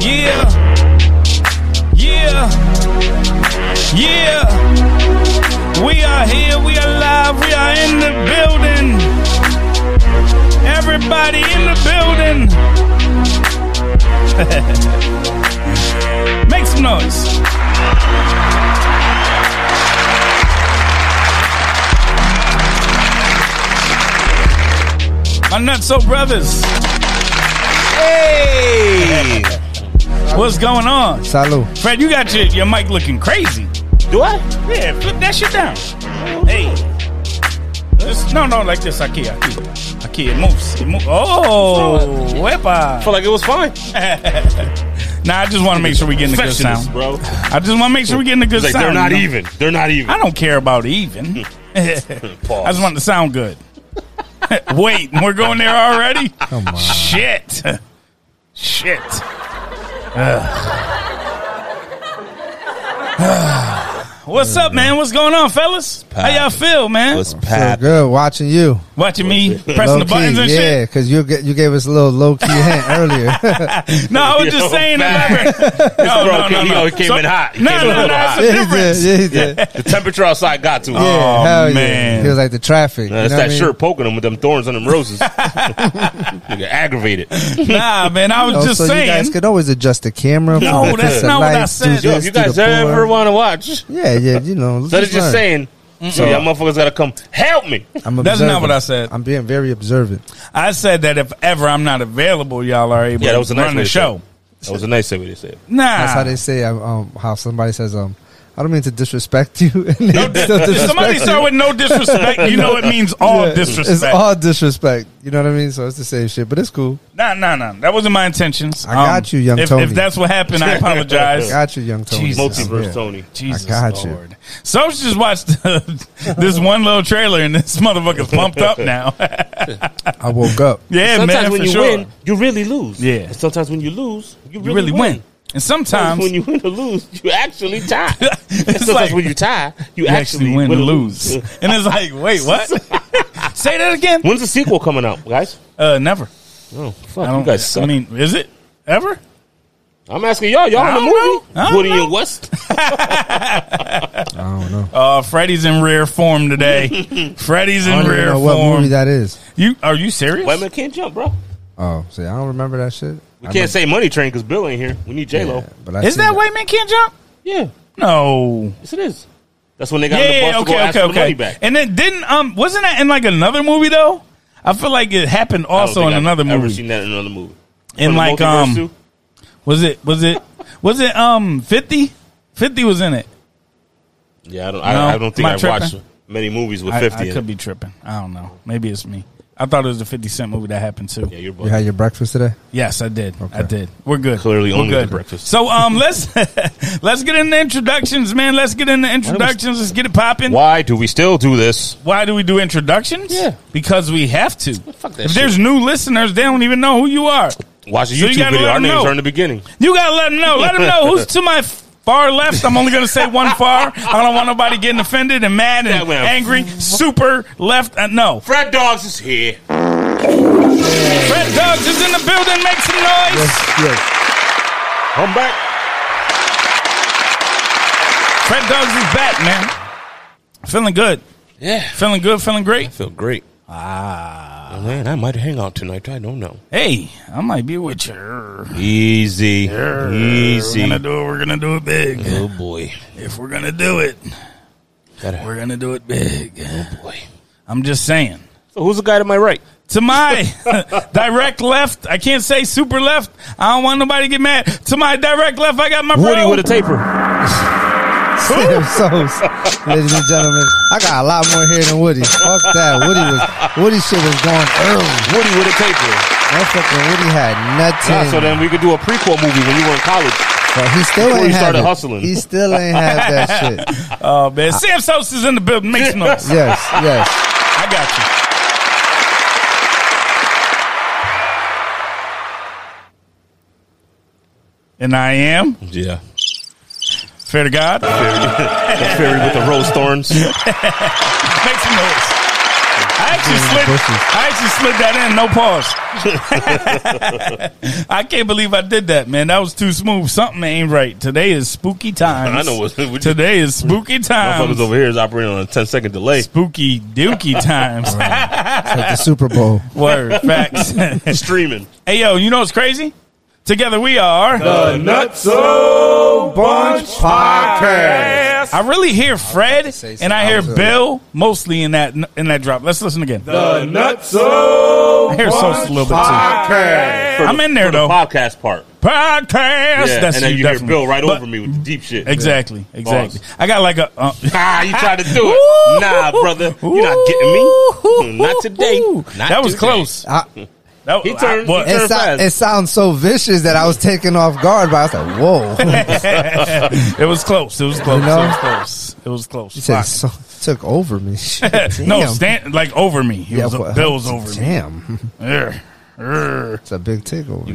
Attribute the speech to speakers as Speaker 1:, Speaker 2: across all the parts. Speaker 1: Yeah. Yeah. Yeah. We are here. We are live. We are in the building. Everybody in the building. Make some noise. Our Nutso Brothers. Hey! What's going on?
Speaker 2: Salud.
Speaker 1: Fred, you got your, your mic looking crazy.
Speaker 3: Do I?
Speaker 1: Yeah, flip that shit down. Hey. This- no, no, like this. Aki, Aki. Aki, it moves. It moves. Oh, wepa.
Speaker 3: Felt like it was fine.
Speaker 1: Nah, I just want to make sure we getting a good
Speaker 3: Perfectionist,
Speaker 1: sound.
Speaker 3: bro.
Speaker 1: I just want to make sure we getting a good
Speaker 3: Like
Speaker 1: sound.
Speaker 3: they're not
Speaker 1: you know?
Speaker 3: even. They're not even.
Speaker 1: I don't care about even. I just want it to sound good. Wait, we're going there already? Come on. Shit. Shit. Ugh. What's up, man? What's going on, fellas? How y'all feel, man?
Speaker 4: was
Speaker 2: Feel
Speaker 4: Pap.
Speaker 2: good watching you.
Speaker 1: Watching me pressing
Speaker 2: Low
Speaker 1: the buttons
Speaker 2: key,
Speaker 1: and
Speaker 2: yeah, because you get, you gave us a little low key hint earlier.
Speaker 1: shit. No, I was just
Speaker 3: Yo,
Speaker 1: saying
Speaker 3: man.
Speaker 1: that. No, no,
Speaker 3: bro
Speaker 1: no,
Speaker 3: came-
Speaker 1: no.
Speaker 3: yo, he came in hot. He
Speaker 1: no,
Speaker 3: came in
Speaker 1: no,
Speaker 3: a
Speaker 1: no,
Speaker 3: little
Speaker 1: that's
Speaker 3: hot.
Speaker 1: the
Speaker 2: yeah, he
Speaker 1: difference.
Speaker 2: did, yeah, he did.
Speaker 3: The temperature outside got to him.
Speaker 2: Yeah,
Speaker 3: Oh,
Speaker 2: hell
Speaker 1: man.
Speaker 2: yeah. Feels like the traffic. you
Speaker 3: that's
Speaker 2: know
Speaker 3: that
Speaker 2: what I mean?
Speaker 3: shirt poking him with them thorns on them roses. Nigga, aggravated.
Speaker 1: Nah, man, I was
Speaker 2: Oh,
Speaker 1: just
Speaker 2: so
Speaker 1: saying.
Speaker 2: you guys could always adjust the camera.
Speaker 1: No,
Speaker 2: from the
Speaker 1: that's
Speaker 2: different
Speaker 1: not what I
Speaker 2: lights,
Speaker 1: said.
Speaker 2: do
Speaker 3: Yo,
Speaker 1: Yo,
Speaker 3: if
Speaker 2: this,
Speaker 3: you
Speaker 2: do
Speaker 3: guys
Speaker 2: the
Speaker 3: ever
Speaker 2: blur.
Speaker 3: want to watch,
Speaker 2: Yeah, yeah, you know.
Speaker 3: that is just saying. So y'all motherfuckers gotta come help me.
Speaker 2: I'm
Speaker 1: That's not
Speaker 2: observant.
Speaker 1: what I said.
Speaker 2: I'm being very observant.
Speaker 1: I said that if ever I'm not available, y'all are able
Speaker 3: Yeah, that was a
Speaker 1: to
Speaker 3: nice
Speaker 1: run
Speaker 3: way
Speaker 1: the
Speaker 3: to say it.
Speaker 1: show.
Speaker 3: That was a nice way to say it.
Speaker 1: Nah,
Speaker 2: That's how they say um, um, how somebody says um. I don't mean to disrespect you. And they
Speaker 1: No,
Speaker 2: still
Speaker 1: if
Speaker 2: disrespect
Speaker 1: somebody
Speaker 2: you.
Speaker 1: start with no disrespect, you know it means all
Speaker 2: Yeah, It's
Speaker 1: disrespect.
Speaker 2: all disrespect. You know what I mean? So it's the same shit, but it's cool.
Speaker 1: nah, nah, nah. That wasn't my intentions. Um,
Speaker 2: I got you, young
Speaker 1: if,
Speaker 2: Tony.
Speaker 1: If that's what happened, I apologize.
Speaker 2: Got you, young Tony.
Speaker 1: Jesus.
Speaker 2: I'm
Speaker 3: Multiverse
Speaker 2: here.
Speaker 3: Tony. Oh.
Speaker 1: Jesus
Speaker 2: got you.
Speaker 1: Lord. So I just watched this one little trailer, and this motherfucker's pumped up now.
Speaker 2: I woke up.
Speaker 1: yeah,
Speaker 3: Sometimes
Speaker 1: man,
Speaker 3: when
Speaker 1: for
Speaker 3: you
Speaker 1: sure.
Speaker 3: win, you really lose.
Speaker 1: Yeah.
Speaker 3: And sometimes when you lose, you really,
Speaker 1: you really win. And sometimes
Speaker 3: when you win or lose, you actually tie.
Speaker 1: It's
Speaker 3: Sometimes
Speaker 1: like-
Speaker 3: when you tie, you,
Speaker 1: you actually win or lose, and it's like, wait, what? Say that again.
Speaker 3: When's the sequel coming out, guys?
Speaker 1: Uh, never.
Speaker 3: Oh,
Speaker 1: I
Speaker 3: fuck,
Speaker 1: don't.
Speaker 3: you guys suck.
Speaker 1: I mean, is it ever?
Speaker 3: I'm asking y'all. Y'all
Speaker 1: I
Speaker 3: in the
Speaker 1: don't
Speaker 3: movie?
Speaker 1: know. I don't
Speaker 3: Woody
Speaker 1: know.
Speaker 3: and West?
Speaker 2: I don't know.
Speaker 1: Uh, Freddy's in rare form today. Freddy's
Speaker 2: I
Speaker 1: in
Speaker 2: don't even
Speaker 1: rare
Speaker 2: know
Speaker 1: form.
Speaker 2: what movie that is.
Speaker 1: you are you serious?
Speaker 3: White man can't jump, bro.
Speaker 2: Oh, see, I don't remember that shit.
Speaker 3: We can't say Money Train because Bill ain't here. We need J Lo.
Speaker 2: but I
Speaker 1: Is
Speaker 2: seen
Speaker 1: that
Speaker 2: it.
Speaker 1: white man can't jump?
Speaker 3: Yeah.
Speaker 1: No.
Speaker 3: yes it is. That's when they got on the
Speaker 1: Yeah.
Speaker 3: bus to go
Speaker 1: Okay.
Speaker 3: ask
Speaker 1: Okay.
Speaker 3: for the money
Speaker 1: Okay.
Speaker 3: back.
Speaker 1: And then didn't um wasn't that in like another movie though? I feel like it happened
Speaker 3: I don't
Speaker 1: also
Speaker 3: think
Speaker 1: in
Speaker 3: I've
Speaker 1: another
Speaker 3: Ever
Speaker 1: movie.
Speaker 3: seen that in another movie?
Speaker 1: In
Speaker 3: From the
Speaker 1: like,
Speaker 3: multiverse,
Speaker 1: um,
Speaker 3: too?
Speaker 1: was it? Was it? Was it? Um, fifty. Fifty was in it.
Speaker 3: yeah, I don't. I,
Speaker 1: no,
Speaker 3: don't- I don't
Speaker 1: am
Speaker 3: think
Speaker 1: I
Speaker 3: I've watched
Speaker 1: tripping?
Speaker 3: many movies with
Speaker 1: I,
Speaker 3: fifty.
Speaker 1: I
Speaker 3: in
Speaker 1: could
Speaker 3: it.
Speaker 1: be tripping. I don't know. Maybe it's me. I thought it was the Fifty Cent movie that happened too.
Speaker 3: Yeah, you're
Speaker 2: You
Speaker 3: bugging.
Speaker 2: had your breakfast today?
Speaker 1: Yes, I did. I did. We're good.
Speaker 3: Clearly
Speaker 1: We're
Speaker 3: only
Speaker 1: good.
Speaker 3: the breakfast.
Speaker 1: So um, let's let's get into introductions, man. Let's get into introductions. Let's get it popping. Why?
Speaker 3: Why do we still do this?
Speaker 1: do we do introductions?
Speaker 3: Yeah.
Speaker 1: because we have to.
Speaker 3: Fuck that
Speaker 1: if
Speaker 3: shit.
Speaker 1: there's new listeners, they don't even know who you are.
Speaker 3: Watch the
Speaker 1: So you
Speaker 3: YouTube
Speaker 1: gotta
Speaker 3: video.
Speaker 1: let
Speaker 3: Our
Speaker 1: them
Speaker 3: names
Speaker 1: know.
Speaker 3: are in the beginning.
Speaker 1: You gotta let them know. Let them know who's to my f- far left. I'm only gonna say one far. I don't want nobody getting offended and mad
Speaker 3: That
Speaker 1: and
Speaker 3: went-
Speaker 1: angry. Super left. Uh, no,
Speaker 3: Fred Dogs is here.
Speaker 1: Fred Dubs is in the building. Make some noise.
Speaker 2: yes.
Speaker 3: I'm back.
Speaker 1: Fred Dubs is back, man. Feeling good.
Speaker 3: Yeah,
Speaker 1: Feeling good. Feeling great.
Speaker 3: feel great. Ah, man, I might hang out tonight. I don't know.
Speaker 1: Hey, I might be with you.
Speaker 3: Easy, easy.
Speaker 1: We're gonna do it. We're gonna do it big.
Speaker 3: Oh boy.
Speaker 1: If we're gonna do it,
Speaker 3: Gotta-
Speaker 1: we're gonna do it big.
Speaker 3: oh boy.
Speaker 1: I'm just saying.
Speaker 3: So who's the guy to my right?
Speaker 1: To my direct left, I can't say super left. I don't want nobody to get mad. To my direct left, I got my
Speaker 3: Woody
Speaker 1: bro.
Speaker 3: with a taper.
Speaker 2: Sam Sos, ladies and gentlemen. I got a lot more hair than Woody. Fuck that. Woody was Woody shit was going early.
Speaker 3: Woody with a taper.
Speaker 2: That fucking Woody had nothing.
Speaker 3: Nah, so then we could do a prequel movie when you were in college.
Speaker 2: But he still ain't
Speaker 3: Before he
Speaker 2: have
Speaker 3: started
Speaker 2: it.
Speaker 3: hustling.
Speaker 2: He still ain't have that shit.
Speaker 1: Oh man, Sam Sosa's is in the building. Make some noise.
Speaker 2: Yes, yes.
Speaker 1: I got you. And I am
Speaker 3: Yeah.
Speaker 1: fair to God.
Speaker 3: The fairy with the rose thorns.
Speaker 1: Make some noise. I actually slid.
Speaker 2: bushes.
Speaker 1: I actually slid that in. No pause. I can't believe I did that, man. That was too smooth. Something ain't right. Today is spooky times.
Speaker 3: I know what- what you-
Speaker 1: Today is spooky
Speaker 3: Motherfuckers
Speaker 1: times.
Speaker 3: over here is operating on a 10 second delay.
Speaker 1: Spooky dookie times.
Speaker 2: It's like the Super Bowl.
Speaker 1: Word facts.
Speaker 3: Streaming.
Speaker 1: hey yo, you know what's crazy? Together we are.
Speaker 5: Nutso Bunch Podcast.
Speaker 1: I really hear Fred
Speaker 2: say
Speaker 1: and I hear
Speaker 2: something.
Speaker 1: Bill mostly in that in that drop. Let's listen again.
Speaker 5: The Nutso
Speaker 1: I hear Sosa a little bit too.
Speaker 5: Podcast.
Speaker 3: For
Speaker 1: I'm
Speaker 3: the-
Speaker 1: in there,
Speaker 3: for the
Speaker 1: though.
Speaker 3: podcast part.
Speaker 1: Podcast.
Speaker 3: Yeah,
Speaker 1: That's
Speaker 3: and then you
Speaker 1: definitely.
Speaker 3: hear Bill right
Speaker 1: But-
Speaker 3: over me with the deep shit.
Speaker 1: Exactly. Exactly.
Speaker 3: Pause.
Speaker 1: I got like a. Uh,
Speaker 3: Ah, you tried to do it. nah, brother. You're not getting me. Not today. Not
Speaker 1: that was
Speaker 3: today.
Speaker 1: close.
Speaker 2: I,
Speaker 1: That,
Speaker 3: He turned-
Speaker 1: I-
Speaker 3: he
Speaker 2: it, so,
Speaker 3: fast.
Speaker 2: it sounds so vicious that I was taken off guard, but I was like, whoa.
Speaker 1: it was close. It was close.
Speaker 2: know?
Speaker 1: It was close. It was close.
Speaker 2: He said,
Speaker 1: Fuck.
Speaker 2: so, took over me. Shit,
Speaker 1: no,
Speaker 2: damn.
Speaker 1: stand like over me. He was,
Speaker 2: but-
Speaker 1: Bill was over me.
Speaker 2: Damn.
Speaker 1: Urgh. Urgh.
Speaker 2: It's a big takeover.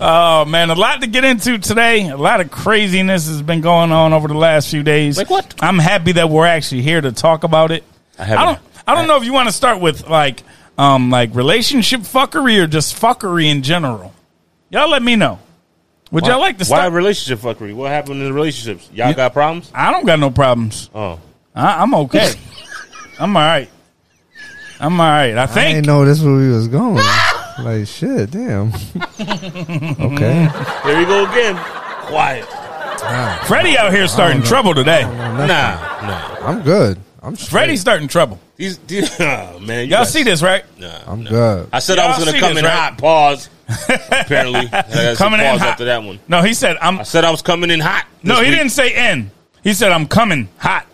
Speaker 1: Oh man, a lot to get into today. A lot of craziness has been going on over the last few days.
Speaker 3: Like what?
Speaker 1: I'm happy that we're actually here to talk about it.
Speaker 3: I
Speaker 1: I
Speaker 3: haven't-
Speaker 1: don't. I don't know if you want to start with like, um, like relationship fuckery or just fuckery in general. Y'all, let me know. Would y'all like to
Speaker 3: Why
Speaker 1: start?
Speaker 3: relationship fuckery? What happened in the relationships? Y'all got problems?
Speaker 1: I don't got no problems.
Speaker 3: Oh.
Speaker 1: I, I'm okay. I'm all right. I'm all right. I
Speaker 2: I didn't
Speaker 1: think.
Speaker 2: know this where we was going. like, shit, damn. okay.
Speaker 3: There you go again. Quiet.
Speaker 1: Freddie out here starting trouble today.
Speaker 3: Nah, nah.
Speaker 2: I'm good. I'm straight.
Speaker 1: Freddie's starting trouble.
Speaker 3: These, these oh, man. You
Speaker 1: Y'all
Speaker 3: guys-
Speaker 1: see this right?
Speaker 3: Nah,
Speaker 2: I'm
Speaker 3: nah.
Speaker 2: good.
Speaker 3: I said
Speaker 1: Y'all
Speaker 3: I was going
Speaker 1: see
Speaker 3: to come
Speaker 1: this,
Speaker 3: in
Speaker 1: right?
Speaker 3: hot. Pause. Apparently, I gotta say
Speaker 1: Coming in
Speaker 3: pause
Speaker 1: hot.
Speaker 3: after that one.
Speaker 1: No, he said I'm.
Speaker 3: I said I was coming in hot.
Speaker 1: No,
Speaker 3: this
Speaker 1: he
Speaker 3: week.
Speaker 1: didn't say N. He said I'm coming hot.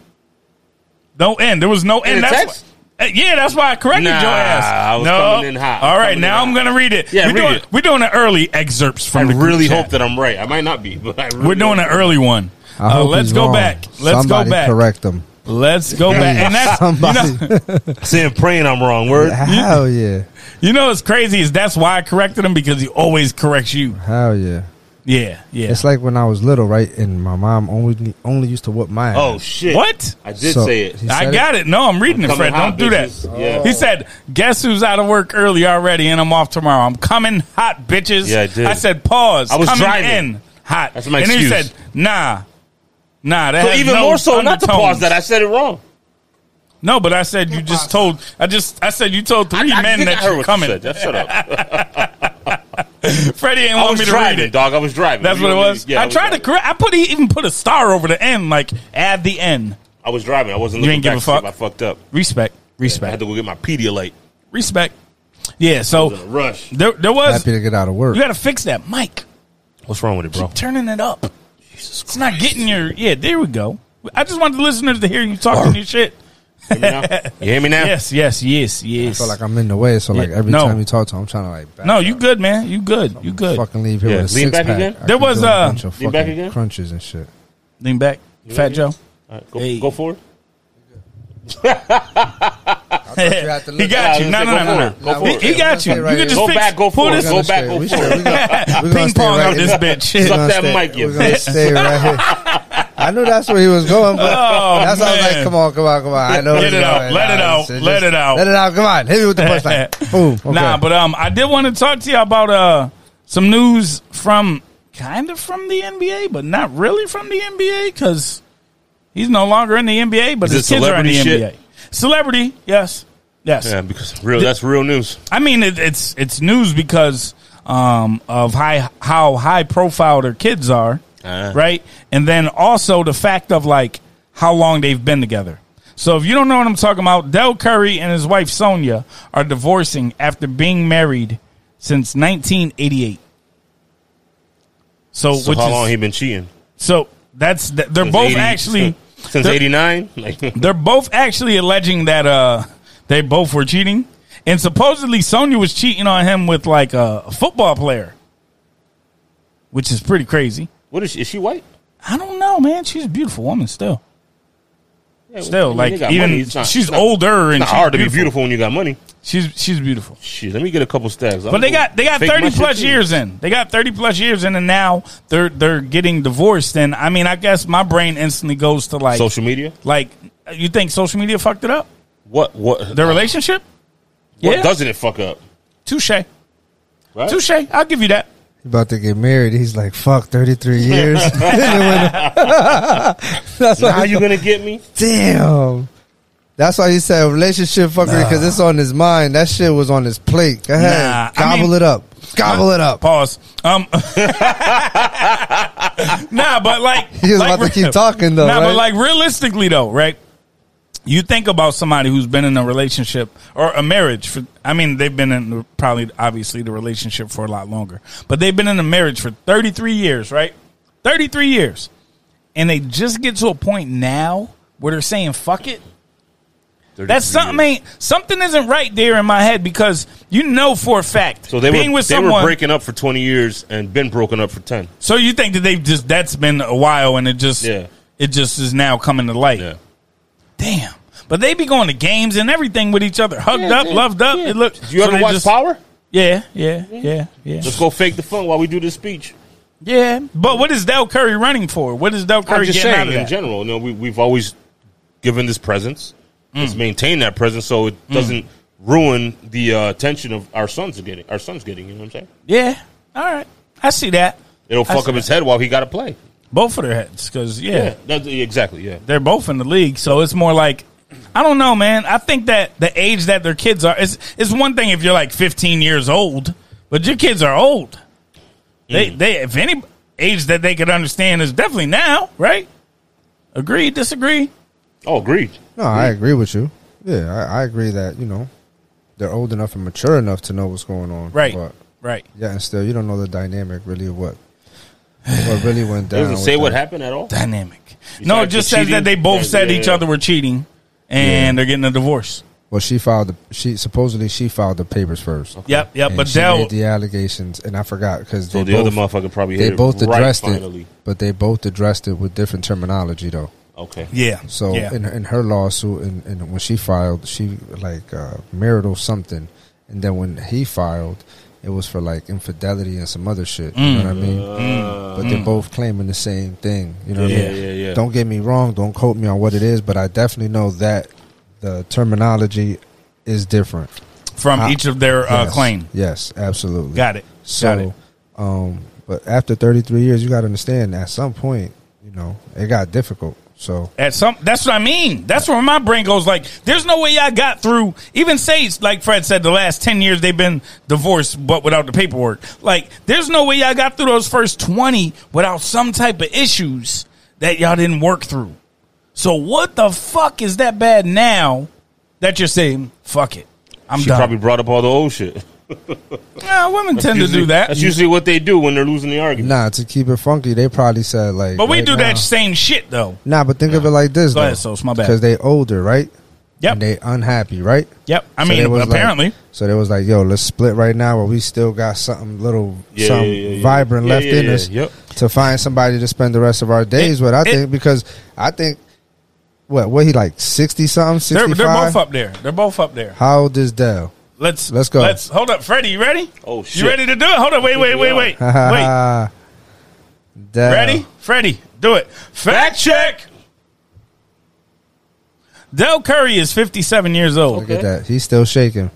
Speaker 1: No N. There was no N.
Speaker 3: the
Speaker 1: That's
Speaker 3: text?
Speaker 1: why- Uh, yeah, that's why I corrected
Speaker 3: Nah,
Speaker 1: your ass.
Speaker 3: I was
Speaker 1: no.
Speaker 3: coming in hot. I was
Speaker 1: All right,
Speaker 3: coming in
Speaker 1: now
Speaker 3: hot.
Speaker 1: I'm gonna read it.
Speaker 3: Yeah,
Speaker 1: we're
Speaker 3: read
Speaker 1: doing
Speaker 3: it.
Speaker 1: we're doing an early excerpts from
Speaker 3: I
Speaker 1: the group
Speaker 3: really
Speaker 1: chat.
Speaker 3: hope that I'm right. I might not be, but I really
Speaker 1: we're doing
Speaker 3: hope
Speaker 1: an early one.
Speaker 2: I
Speaker 1: Uh,
Speaker 2: hope
Speaker 1: let's
Speaker 2: he's
Speaker 1: go
Speaker 2: wrong.
Speaker 1: back. Let's
Speaker 2: Somebody
Speaker 1: go back.
Speaker 2: correct him.
Speaker 1: Let's go back. And that's
Speaker 2: Somebody.
Speaker 1: you know,
Speaker 3: Saying praying I'm wrong. Word.
Speaker 2: Hell yeah.
Speaker 1: you know what's crazy is that's why I corrected him because he always corrects you.
Speaker 2: Hell yeah.
Speaker 1: Yeah, yeah.
Speaker 2: It's like when I was little, right? And my mom only only used to whip my ass.
Speaker 3: Oh shit!
Speaker 1: what?
Speaker 3: I did
Speaker 2: So-
Speaker 3: say it.
Speaker 2: he
Speaker 1: I
Speaker 2: said
Speaker 1: got it. No, I'm reading it,
Speaker 3: coming
Speaker 1: Fred. Don't
Speaker 3: hot,
Speaker 1: do that.
Speaker 3: bitches. Yeah.
Speaker 1: He said, "Guess who's out of work early already, and I'm off tomorrow. I'm coming hot, bitches."
Speaker 3: Yeah, I did.
Speaker 1: said, "Pause."
Speaker 3: I was
Speaker 1: coming
Speaker 3: driving.
Speaker 1: in hot.
Speaker 3: That's my
Speaker 1: and he
Speaker 3: excuse.
Speaker 1: said, "Nah, nah." That
Speaker 3: So
Speaker 1: has
Speaker 3: even
Speaker 1: no
Speaker 3: more so, not to pause
Speaker 1: undertones."
Speaker 3: that I said it wrong.
Speaker 1: No, but I said you just told. I just I said you told three
Speaker 3: I
Speaker 1: men
Speaker 3: think I
Speaker 1: that
Speaker 3: heard
Speaker 1: you're
Speaker 3: what
Speaker 1: coming.
Speaker 3: You said. Just shut up.
Speaker 1: Freddie ain't
Speaker 3: I
Speaker 1: want
Speaker 3: was
Speaker 1: me to
Speaker 3: driving,
Speaker 1: read it.
Speaker 3: dog. I was driving.
Speaker 1: That's
Speaker 3: You
Speaker 1: what it
Speaker 3: want me
Speaker 1: was.
Speaker 3: to- yeah,
Speaker 1: I
Speaker 3: was
Speaker 1: tried to
Speaker 3: driving.
Speaker 1: correct. I put even put a star over the end, like add the end.
Speaker 3: I was driving. I wasn't.
Speaker 1: You
Speaker 3: Looking
Speaker 1: ain't give
Speaker 3: back
Speaker 1: a
Speaker 3: to see if
Speaker 1: fuck?
Speaker 3: I fucked up.
Speaker 1: Respect,
Speaker 3: I had
Speaker 1: respect,
Speaker 3: to go get my Pedialyte.
Speaker 1: respect. Yeah.
Speaker 3: I was in a
Speaker 1: So
Speaker 3: rush.
Speaker 1: there, there was.
Speaker 2: Happy to get out of work.
Speaker 1: You got to fix that mic.
Speaker 3: What's wrong with it, bro?
Speaker 1: turning it up. it's not getting your. Yeah, there we go. I just want the listeners to hear you
Speaker 3: Oh.
Speaker 1: talking your shit.
Speaker 3: You hear me now? You hear me now?
Speaker 1: Yes, yes, yes, yes.
Speaker 2: I feel like I'm in the way, so like
Speaker 1: Yeah,
Speaker 2: every
Speaker 1: no.
Speaker 2: time you talk to him, I'm trying to like back
Speaker 1: no, you good, man. You good. You good.
Speaker 2: fucking leave here
Speaker 3: Yeah,
Speaker 2: with a
Speaker 3: lean
Speaker 2: six
Speaker 3: back
Speaker 2: pack.
Speaker 3: again.
Speaker 2: I
Speaker 1: There
Speaker 2: could
Speaker 1: was,
Speaker 2: do a
Speaker 1: uh,
Speaker 2: bunch of
Speaker 3: lean back
Speaker 2: fucking
Speaker 3: again?
Speaker 2: crunches and shit.
Speaker 1: Lean back, Fat
Speaker 3: good?
Speaker 1: Joe.
Speaker 3: All right, go,
Speaker 1: Hey.
Speaker 3: go forward.
Speaker 2: had to
Speaker 1: he
Speaker 2: look
Speaker 1: got
Speaker 3: up.
Speaker 1: you.
Speaker 3: Yeah,
Speaker 1: No,
Speaker 3: I
Speaker 1: no, no,
Speaker 3: was gonna
Speaker 1: no.
Speaker 3: say, go
Speaker 1: no.
Speaker 3: for it. Go for
Speaker 1: He,
Speaker 3: it.
Speaker 1: he got
Speaker 2: Let's
Speaker 1: you.
Speaker 2: stay right
Speaker 1: you
Speaker 2: here.
Speaker 1: can just
Speaker 3: Go
Speaker 1: fix,
Speaker 3: back, go
Speaker 1: pull
Speaker 3: forward.
Speaker 1: this
Speaker 3: Go back, go
Speaker 2: We
Speaker 3: forward.
Speaker 2: should- we gonna- we gonna
Speaker 1: ping
Speaker 2: stay
Speaker 1: pong
Speaker 2: right
Speaker 1: out this
Speaker 2: here.
Speaker 1: bitch.
Speaker 2: We gonna
Speaker 3: Suck that
Speaker 2: stay-
Speaker 3: mic, you
Speaker 2: we gonna
Speaker 3: bitch.
Speaker 2: stay right here. I knew that's where he was going, but
Speaker 1: Oh,
Speaker 2: that's why I was
Speaker 1: man.
Speaker 2: like, come on, come on, come on. I know.
Speaker 1: Get
Speaker 2: it's
Speaker 1: it
Speaker 2: all
Speaker 1: out. Let it
Speaker 2: Nah,
Speaker 1: out.
Speaker 2: it's- it's
Speaker 1: Let
Speaker 2: just-
Speaker 1: it out.
Speaker 2: Let it out. Come on. Hit me with the punchline. Boom.
Speaker 3: Mm,
Speaker 2: Okay.
Speaker 1: Nah, but um, I did want to talk to you about uh some news from kind of from the NBA, but not really from the NBA because he's no longer in the NBA, but
Speaker 3: Is
Speaker 1: his
Speaker 3: it
Speaker 1: kids are in the
Speaker 3: celebrity shit?
Speaker 1: NBA. Celebrity, yes, yes.
Speaker 3: Yeah, because real. That's real news.
Speaker 1: I mean, it, it's it's news because um of high how high profile their kids are,
Speaker 3: Uh-huh.
Speaker 1: right? And then also the fact of like how long they've been together. So if you don't know what I'm talking about, Del Curry and his wife Sonia are divorcing after being married since 1988. So,
Speaker 3: So
Speaker 1: which
Speaker 3: how
Speaker 1: is
Speaker 3: long he been cheating?
Speaker 1: so that's th- they're
Speaker 3: Since
Speaker 1: both
Speaker 3: 80
Speaker 1: actually
Speaker 3: since
Speaker 1: they're-
Speaker 3: '89. Like,
Speaker 1: they're both actually alleging that uh they both were cheating And supposedly Sonya was cheating on him with like a football player, which is pretty crazy.
Speaker 3: What is she? Is she white?
Speaker 1: I don't know, man. She's a beautiful woman still.
Speaker 3: Yeah,
Speaker 1: Still,
Speaker 3: when
Speaker 1: like
Speaker 3: you got
Speaker 1: even
Speaker 3: money, it's not-
Speaker 1: she's
Speaker 3: it's not-
Speaker 1: older
Speaker 3: It's
Speaker 1: and
Speaker 3: not
Speaker 1: she's
Speaker 3: hard to be beautiful when you got money.
Speaker 1: She's she's beautiful.
Speaker 3: Shit, let me get a couple stabs.
Speaker 1: But they got they got thirty plus years in. They got thirty plus years in, and now they're they're getting divorced. And I mean, I guess my brain instantly goes to like
Speaker 3: Social media.
Speaker 1: like you think social media fucked it up
Speaker 3: What? What?
Speaker 1: their relationship.
Speaker 3: what
Speaker 1: yeah.
Speaker 3: doesn't it fuck up?
Speaker 1: Touche,
Speaker 3: Right?
Speaker 1: touche. I'll give you that.
Speaker 2: about to get married. He's like, fuck, 33 years. That's why
Speaker 3: How
Speaker 2: he's
Speaker 3: you
Speaker 2: like,
Speaker 3: gonna get me?
Speaker 2: damn. That's why he said relationship fuckery because it's on his mind. That shit was on his plate. Go ahead,
Speaker 1: Nah, I
Speaker 2: gobble
Speaker 1: mean-
Speaker 2: it up, gobble it up.
Speaker 1: Pause. Um, nah, but like
Speaker 2: He was
Speaker 1: like,
Speaker 2: about to keep talking, though,
Speaker 1: Nah, but
Speaker 2: right?
Speaker 1: like realistically though, right? You think about somebody who's been in a relationship or a marriage for. I mean, they've been in the- probably obviously the relationship for a lot longer, but they've been in a marriage for thirty three years, right? Thirty three years, and they just get to a point now where they're saying "fuck it." That's something ain't something isn't right there in my head because you know for a fact
Speaker 3: So they
Speaker 1: being
Speaker 3: were
Speaker 1: with
Speaker 3: they
Speaker 1: someone
Speaker 3: were breaking up for twenty years and been broken up for ten.
Speaker 1: so you think that they've just that's been a while and it just
Speaker 3: Yeah.
Speaker 1: it just is now coming to light.
Speaker 3: Yeah.
Speaker 1: Damn. But they be going to games and everything with each other, hugged up, loved up. It looked.
Speaker 3: Do you
Speaker 1: so
Speaker 3: ever
Speaker 1: they
Speaker 3: watch
Speaker 1: just-
Speaker 3: Power?
Speaker 1: Yeah, yeah, yeah, yeah,
Speaker 3: Let's go fake the fun while we do this speech.
Speaker 1: yeah. But what is Del Curry running for? What is Del
Speaker 3: I'm
Speaker 1: Curry
Speaker 3: just
Speaker 1: getting out
Speaker 3: saying
Speaker 1: of
Speaker 3: in
Speaker 1: that?
Speaker 3: general. You know, we we've always given this presence.
Speaker 1: Mm.
Speaker 3: Let's maintain that presence so it doesn't ruin the uh, attention of our sons are getting. Our sons getting. You know what I'm saying?
Speaker 1: yeah. All right, I see that.
Speaker 3: It'll
Speaker 1: I
Speaker 3: fuck
Speaker 1: see
Speaker 3: up his head while he got to play.
Speaker 1: Both of their heads, because yeah,
Speaker 3: Yeah, that's, exactly. Yeah,
Speaker 1: they're both in the league, so it's more like I don't know, man. I think that the age that their kids are it's it's one thing if you're like 15 years old, but your kids are old. They they if any age that they could understand is definitely now, right? Agree, disagree?
Speaker 3: Oh, agreed.
Speaker 2: No, I agree with you. Yeah, I, I agree that you know they're old enough and mature enough to know what's going on.
Speaker 1: Right.
Speaker 2: But
Speaker 1: Right.
Speaker 2: yeah, and still, you don't know the dynamic really of what what really went
Speaker 3: It
Speaker 2: down.
Speaker 3: doesn't
Speaker 2: with
Speaker 3: say what
Speaker 2: them.
Speaker 3: happened at all.
Speaker 1: Dynamic. no,
Speaker 3: said
Speaker 1: it just
Speaker 3: they're
Speaker 1: says that
Speaker 3: cheating?
Speaker 1: they both
Speaker 3: Yeah,
Speaker 1: said
Speaker 3: yeah,
Speaker 1: each
Speaker 3: yeah.
Speaker 1: other were cheating and they're getting a divorce.
Speaker 2: Well, she filed the she supposedly she filed the papers first.
Speaker 1: Yep, yep.
Speaker 2: And
Speaker 1: but
Speaker 2: she
Speaker 1: Dell
Speaker 2: made the allegations, and I forgot because
Speaker 3: So
Speaker 2: they
Speaker 3: the
Speaker 2: both,
Speaker 3: other motherfucker probably
Speaker 2: they
Speaker 3: hit it
Speaker 2: both
Speaker 3: right
Speaker 2: addressed
Speaker 3: finally.
Speaker 2: it, but they both addressed it with different terminology though.
Speaker 3: Okay.
Speaker 1: Yeah.
Speaker 2: So
Speaker 1: yeah.
Speaker 2: in in her lawsuit, and, and when she filed, she like uh, marital something, and then when he filed, it was for like infidelity and some other shit. You know
Speaker 1: Mm.
Speaker 2: what I mean? but they're both claiming the same thing. You know what
Speaker 3: Yeah,
Speaker 2: I mean?
Speaker 3: yeah, yeah.
Speaker 2: Don't get me wrong. Don't quote me on what it is, but I definitely know that the terminology is different.
Speaker 1: from
Speaker 2: Ah,
Speaker 1: each of their uh,
Speaker 2: Yes.
Speaker 1: claim.
Speaker 2: Yes, absolutely.
Speaker 1: Got it.
Speaker 2: So,
Speaker 1: Got it.
Speaker 2: um, but after 33 years, you got to understand at some point, you know, it got difficult. So,
Speaker 1: At some, that's what I mean. That's where my brain goes. Like, there's no way I got through. Even say, like Fred said, the last ten years they've been divorced, but without the paperwork. Like, there's no way I got through those first twenty without some type of issues that y'all didn't work through. So what the fuck is that bad now that you're saying fuck it? I'm
Speaker 3: She
Speaker 1: done.
Speaker 3: probably brought up all the old shit.
Speaker 1: Nah, women tend to
Speaker 3: Usually-
Speaker 1: do that,
Speaker 3: That's usually what they do when they're losing the argument.
Speaker 2: nah, to keep it funky, they probably said like,
Speaker 1: but we
Speaker 2: right
Speaker 1: do that
Speaker 2: now-
Speaker 1: same shit though.
Speaker 2: Nah, but think of it like this.
Speaker 1: Go ahead, Sos, my bad.
Speaker 2: Because they older, right?
Speaker 1: Yep.
Speaker 2: And they unhappy, right?
Speaker 1: Yep. I
Speaker 2: So
Speaker 1: mean,
Speaker 2: they was
Speaker 1: apparently.
Speaker 2: like- so they was like, "Yo, let's split right now, where we still got something little,
Speaker 3: Yeah,
Speaker 2: something
Speaker 3: yeah, yeah, yeah.
Speaker 2: vibrant
Speaker 3: Yeah,
Speaker 2: left
Speaker 3: yeah,
Speaker 2: in
Speaker 3: yeah.
Speaker 2: us,
Speaker 3: Yep.
Speaker 2: to find somebody to spend the rest of our days with." I
Speaker 1: it-
Speaker 2: think because I think what what he like sixty something,
Speaker 1: they're,
Speaker 2: sixty
Speaker 1: they're both
Speaker 2: five.
Speaker 1: up there. They're both up there.
Speaker 2: How old is Dell?
Speaker 1: Let's
Speaker 2: Let's go.
Speaker 1: Let's hold up, Freddie. You ready?
Speaker 3: Oh, shit.
Speaker 1: You ready to do it? Hold up. Wait, wait, wait, wait, wait.
Speaker 2: Dell.
Speaker 1: Ready, Freddie? Do it. Fact check. Del Curry is fifty-seven years old.
Speaker 2: Look at that. He's still shaking.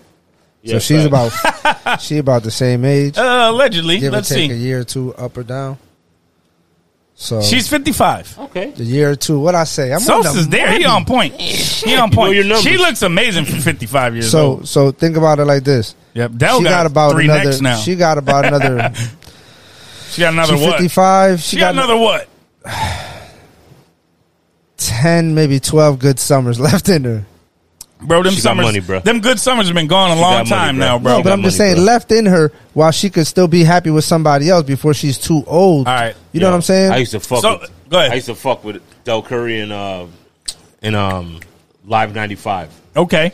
Speaker 2: so
Speaker 3: Yeah,
Speaker 2: she's
Speaker 3: facts.
Speaker 2: about she about the same age.
Speaker 1: Uh, allegedly,
Speaker 2: give
Speaker 1: let's
Speaker 2: or take a
Speaker 1: see.
Speaker 2: year or two up or down. So
Speaker 1: She's fifty-five.
Speaker 3: Okay.
Speaker 2: the year or two. What I say? I'm on the
Speaker 1: Sosa's there. He on point. He on point.
Speaker 3: your numbers.
Speaker 1: she looks amazing for fifty-five years
Speaker 2: So
Speaker 1: old.
Speaker 2: so think about it like this.
Speaker 1: Yep. Del
Speaker 2: she
Speaker 1: got,
Speaker 2: got, about
Speaker 1: three
Speaker 2: another.
Speaker 1: necks now.
Speaker 2: She
Speaker 1: She,
Speaker 2: got about another.
Speaker 1: got another
Speaker 2: she
Speaker 1: what?
Speaker 2: fifty
Speaker 1: She,
Speaker 2: five. She,
Speaker 1: got, another what?
Speaker 2: ten, maybe twelve good summers left in her.
Speaker 1: Bro, them
Speaker 3: She got
Speaker 1: summers,
Speaker 3: money, bro.
Speaker 1: Them good summers have been gone a long
Speaker 3: got money,
Speaker 1: time
Speaker 3: bro.
Speaker 1: now, bro.
Speaker 3: She
Speaker 2: no, but
Speaker 3: got
Speaker 2: I'm just
Speaker 3: money,
Speaker 2: saying,
Speaker 3: bro.
Speaker 2: left in her while she could still be happy with somebody else before she's too old.
Speaker 1: All right.
Speaker 2: you know
Speaker 3: Yeah.
Speaker 2: what I'm saying?
Speaker 3: I used to fuck.
Speaker 1: So-
Speaker 3: with,
Speaker 1: go ahead.
Speaker 3: I used to fuck with Del Curry and uh and um Live ninety five.
Speaker 1: Okay.